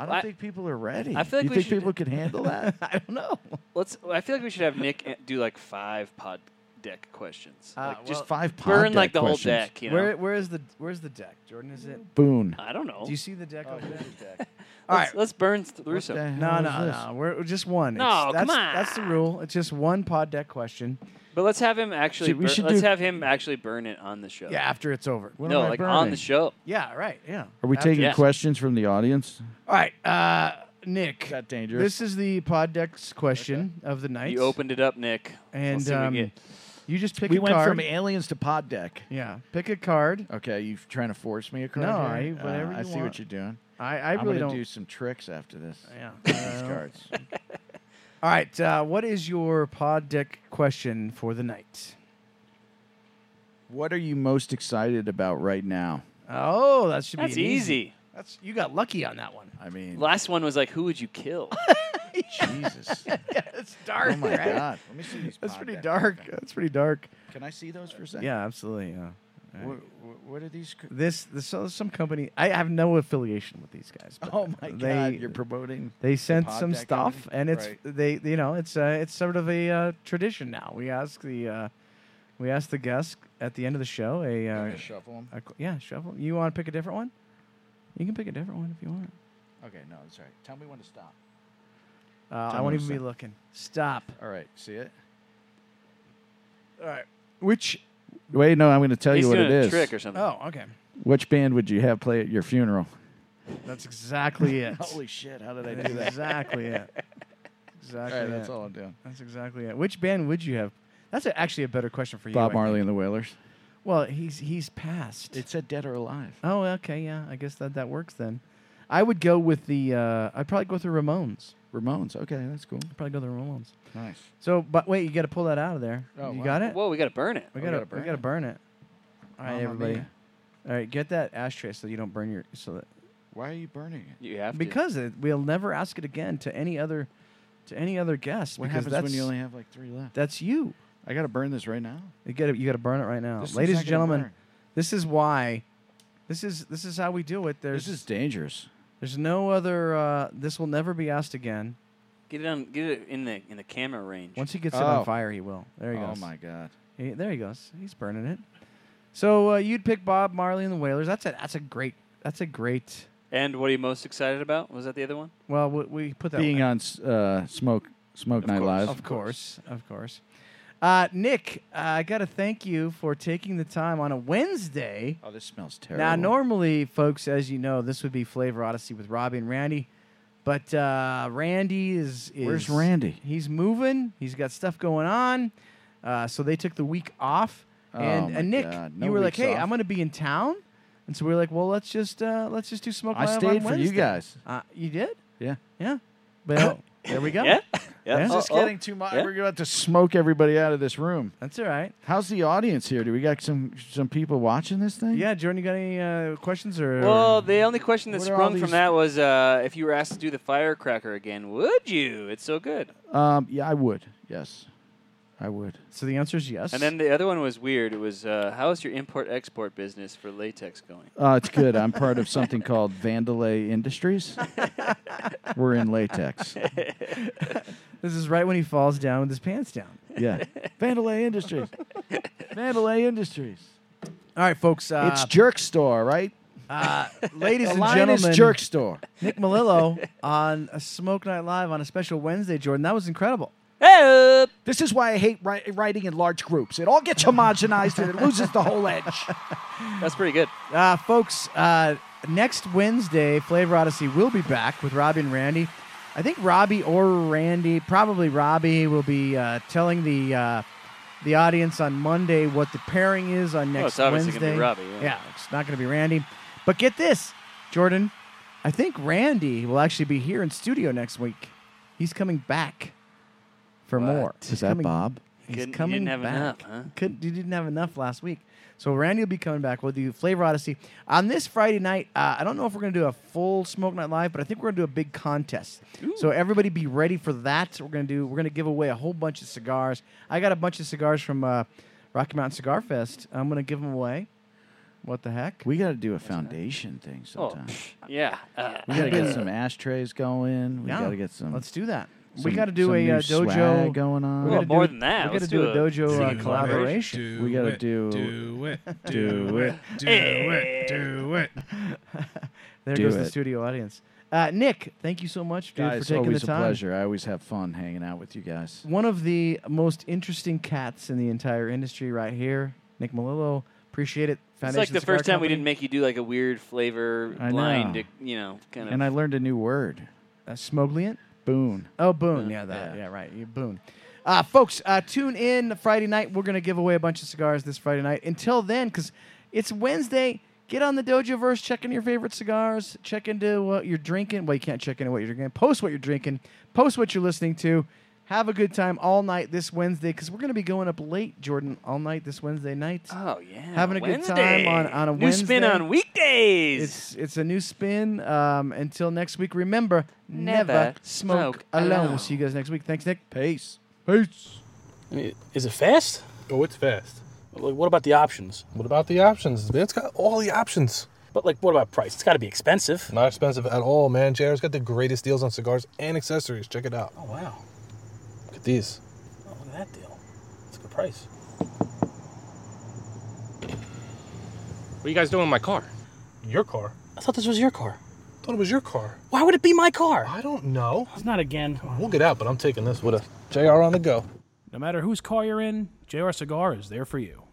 I don't
I-
think people are ready.
I feel like
you
we
think
should-
people could handle that?
I don't know.
Let's. I feel like we should have Nick do like five pod deck questions.
Uh,
like, just
well,
Five pod
burn
deck
like the
questions.
whole deck. Uh, You know,
Where, where is the where's the deck, Jordan? Is it?
Boone.
I don't know.
Do you see the deck? over there?
All
All
let's,
right.
let's burn th- through some.
No, no, no. We're just one.
No,
It's- that's,
come
That's the rule. It's just one pod deck question.
But let's have him actually.
Should- we
bur-
should
let's
do-
have him actually burn it on the show.
Yeah, after it's over.
What
No,
am I
like on
burning?
the show.
Yeah, right. Yeah.
Are we
After-
taking
Yeah.
questions from the audience?
All right, uh, Nick.
Is that dangerous?
This is the pod deck's question of the night.
You opened it up, Nick.
and
Let's see what we
um,
get.
you just pick
we
a
went
card.
from aliens to pod deck.
yeah, pick a card.
Okay, you trying to force me a card?
No,
here?
I- whatever
Uh, I
you
see
want.
what you're doing.
I, I
am
really
gonna
don't.
do some tricks after this.
yeah.
These
Uh,
cards.
All right. Uh, what is your pod deck question for the night?
What are you most excited about right now?
Oh, that should
That's
be an
easy.
That's you got lucky on that one.
I mean,
Last one was like, who would you kill?
Jesus.
That's dark.
oh my God. Let me see these.
That's
pod
pretty
deck
dark.
things.
That's pretty dark.
Can I see those for a second?
Yeah, absolutely. Yeah.
Wh- wh- What, are these? c-
This this so- some company. I have no affiliation with these guys. but
Oh my
they,
God! You're promoting.
they sent
pod
some
deck
stuff,
only?
and it's
Right.
they you know it's uh, it's sort of a uh, tradition now. We ask the uh, we ask the guest at the end of the show a,
I'm
uh,
gonna shuffle 'em.
a qu- yeah shuffle. You want to pick a different one? You can pick a different one if you want.
Okay, no, that's all right. Tell me when to stop.
Uh, I
me
won't
to
even be
stop.
looking. Stop.
All right, see it.
All right. Which?
Wait, no, I'm going to tell
He's
you what
doing
it
a
is.
trick or something.
Oh, okay.
Which band would you have play at your funeral?
That's exactly it.
Holy shit! How did I
That's
do that?
exactly it. Exactly.
all right, that's
it.
all I'm doing.
That's exactly it. Which band would you have? That's a, actually a better question for you. I
Bob
think.
Marley and the Wailers.
Well, he's he's passed.
It said dead or alive.
oh, okay, yeah. I guess that that works then. I would go with the. Uh, I'd probably go with the Ramones.
Ramones. Okay, that's cool.
I'd probably go with the Ramones.
Nice.
So, but wait, you got to pull that out of there.
Oh,
you
wow.
got it.
Whoa, we got to burn it.
we
Oh,
got
we
to
gotta burn
we got to
it. Oh,
burn it. All right,
Mamma
everybody.
mia.
All right, get that ashtray so you don't burn your so that
Why are you burning it?
You have to.
because it, we'll never ask it again to any other to any other guest
What
because
happens
that's
when you only have like three left?
that's you.
I got to burn this right now.
You got to you got to burn it right now,
This thing's
ladies
not
and
gonna
gentlemen.
burn.
This is why. This is this is how we do it. There's
This is dangerous.
there's no other. Uh, this will never be asked again.
get it on. Get it in the in the camera range.
Once he gets it on
Oh.
fire, he will. There he
oh
goes.
my god.
He- there he goes. He's burning it. So uh, you'd pick Bob Marley and the Wailers. That's a that's a great that's a great.
and what are you most excited about? Was that the other one?
Well, we, we put that
Being
one.
on s- uh, smoke, smoke night
course.
live.
of course, of course. Uh, Nick, uh, I gotta thank you for taking the time on a Wednesday.
Oh, this smells terrible.
Now, normally, folks, as you know, this would be Flavor Odyssey with Robbie and Randy, but uh, Randy is, is
Where's Randy?
He's moving. He's got stuff going on, uh, so they took the week off.
Oh,
and
my
and Nick,
God.
you
No
were like,
weeks
"Hey,
off."
I'm going to be in town," and so we were like, "Well, let's just uh, let's just do smoke."
I
Live on
stayed for you
Wednesday."
guys.
Uh, you did?
Yeah.
Yeah. Well, there we go.
Yeah.
This
Oh,
is
oh.
getting too much.
Yeah.
We're about to smoke everybody out of this room.
That's all right.
How's the audience here? Do we got some some people watching this thing?
Yeah, Jordan, you got any uh, questions or?
Well, the only question that
What are all
sprung from
these-
that was uh, if you were asked to do the firecracker again, would you? It's so good.
Um, yeah, I would. Yes, I would.
so the answer is yes.
And then the other one was weird. It was uh, how is your import export business for latex going?
Uh, it's good. I'm part of something called Vandalay Industries. We're in latex.
this is right when he falls down with his pants down.
Yeah, Vandalay Industries. Vandalay Industries.
All right, folks. Uh,
it's Jerk Store, right?
Uh, ladies
The
and
line is
gentlemen,
Jerk Store.
Nick Melillo on a Smoke Night Live on a special Wednesday, Jordan. That was incredible.
Hey,
This is why I hate wri- writing in large groups. It all gets homogenized and it loses the whole edge.
that's pretty good.
Uh, folks, uh, next Wednesday, Flavor Odyssey will be back with Robbie and Randy. I think Robbie or Randy, probably Robbie, will be uh, telling the uh, the audience on Monday what the pairing is on next
Oh, it's obviously
Wednesday.
gonna be Robbie, yeah.
it's not going to be Randy. But get this, Jordan. I think Randy will actually be here in studio next week. He's coming back for more.
Is
He's
that
coming-
Bob?
He's
Couldn't- you
coming
didn't have
back.
enough, huh?
Couldn't, you didn't have enough last week. So Randy will be coming back. We'll do Flavor Odyssey on this Friday night. Uh, I don't know if we're going to do a full Smoke Night Live, but I think we're going to do a big contest. So everybody be ready for that. We're going to do. We're going to give away a whole bunch of cigars. I got a bunch of cigars from uh, Rocky Mountain Cigar Fest. I'm going to give them away. What the heck?
We got to do a foundation thing
Oh,
sometime.
pff, yeah. Uh,
We got to get some ashtrays going. We
Yeah,
got to get some.
Um, Let's do that. we
Some-
got to do
some
a
new
uh, dojo.
swag going on.
we
We
gotta
got
do
more
it-
than
we
that.
got
Let's
to do a
it.
dojo uh,
Do it.
collaboration.
We gotta do-
do it,
do it.
do it, do it.
Eh. There
Do
goes the
it.
studio audience. Uh, Nick, thank you so much, dude,
Guys,
for taking
always
the time.
a pleasure. I always have fun hanging out with you guys.
One of the most interesting cats in the entire industry, right here, Nick Malillo. Appreciate it.
It's
Foundation
like the
Cigar
first time we
Company.
didn't make you do like a weird flavor
I
blind,
know.
you know, kind of.
And I learned a new word,
uh, Smogliant.
boon.
Oh, Boone. Yeah, that. Yeah, right. You Boone. Uh, folks, uh, tune in Friday night. We're going to give away a bunch of cigars this Friday night. Until then, because it's Wednesday, get on the Dojoverse, check in your favorite cigars, check into what you're drinking. Well, you can't check into what you're drinking. Post what you're drinking, post what you're listening to. Have a good time all night this Wednesday because we're going to be going up late, Jordan, all night this Wednesday night.
oh yeah,
Having a good time on- on a
New spin
Wednesday.
on weekdays.
It's it's a new spin. Um, until next week, remember never,
Never
smoke,
smoke
alone.
alone.
We'll see you guys next week. Thanks, Nick.
Peace.
Peace.
Is it fast?
Oh, it's fast.
Like, what about the options?
What about the options? Man, it's got all the options.
But like, what about price? It's got to be expensive.
Not expensive at all, man. JR's got the greatest deals on cigars and accessories. Check it out.
Oh wow!
Look at these.
Oh, look at that deal. It's a good price.
What are you guys doing in my car?
Your car?
I thought this was your car.
Thought it was your car.
Why would it be my car?
I don't know.
It's not again.
We'll get out, but I'm taking this with us. JR on the go.
No matter whose car you're in, JR Cigar is there for you.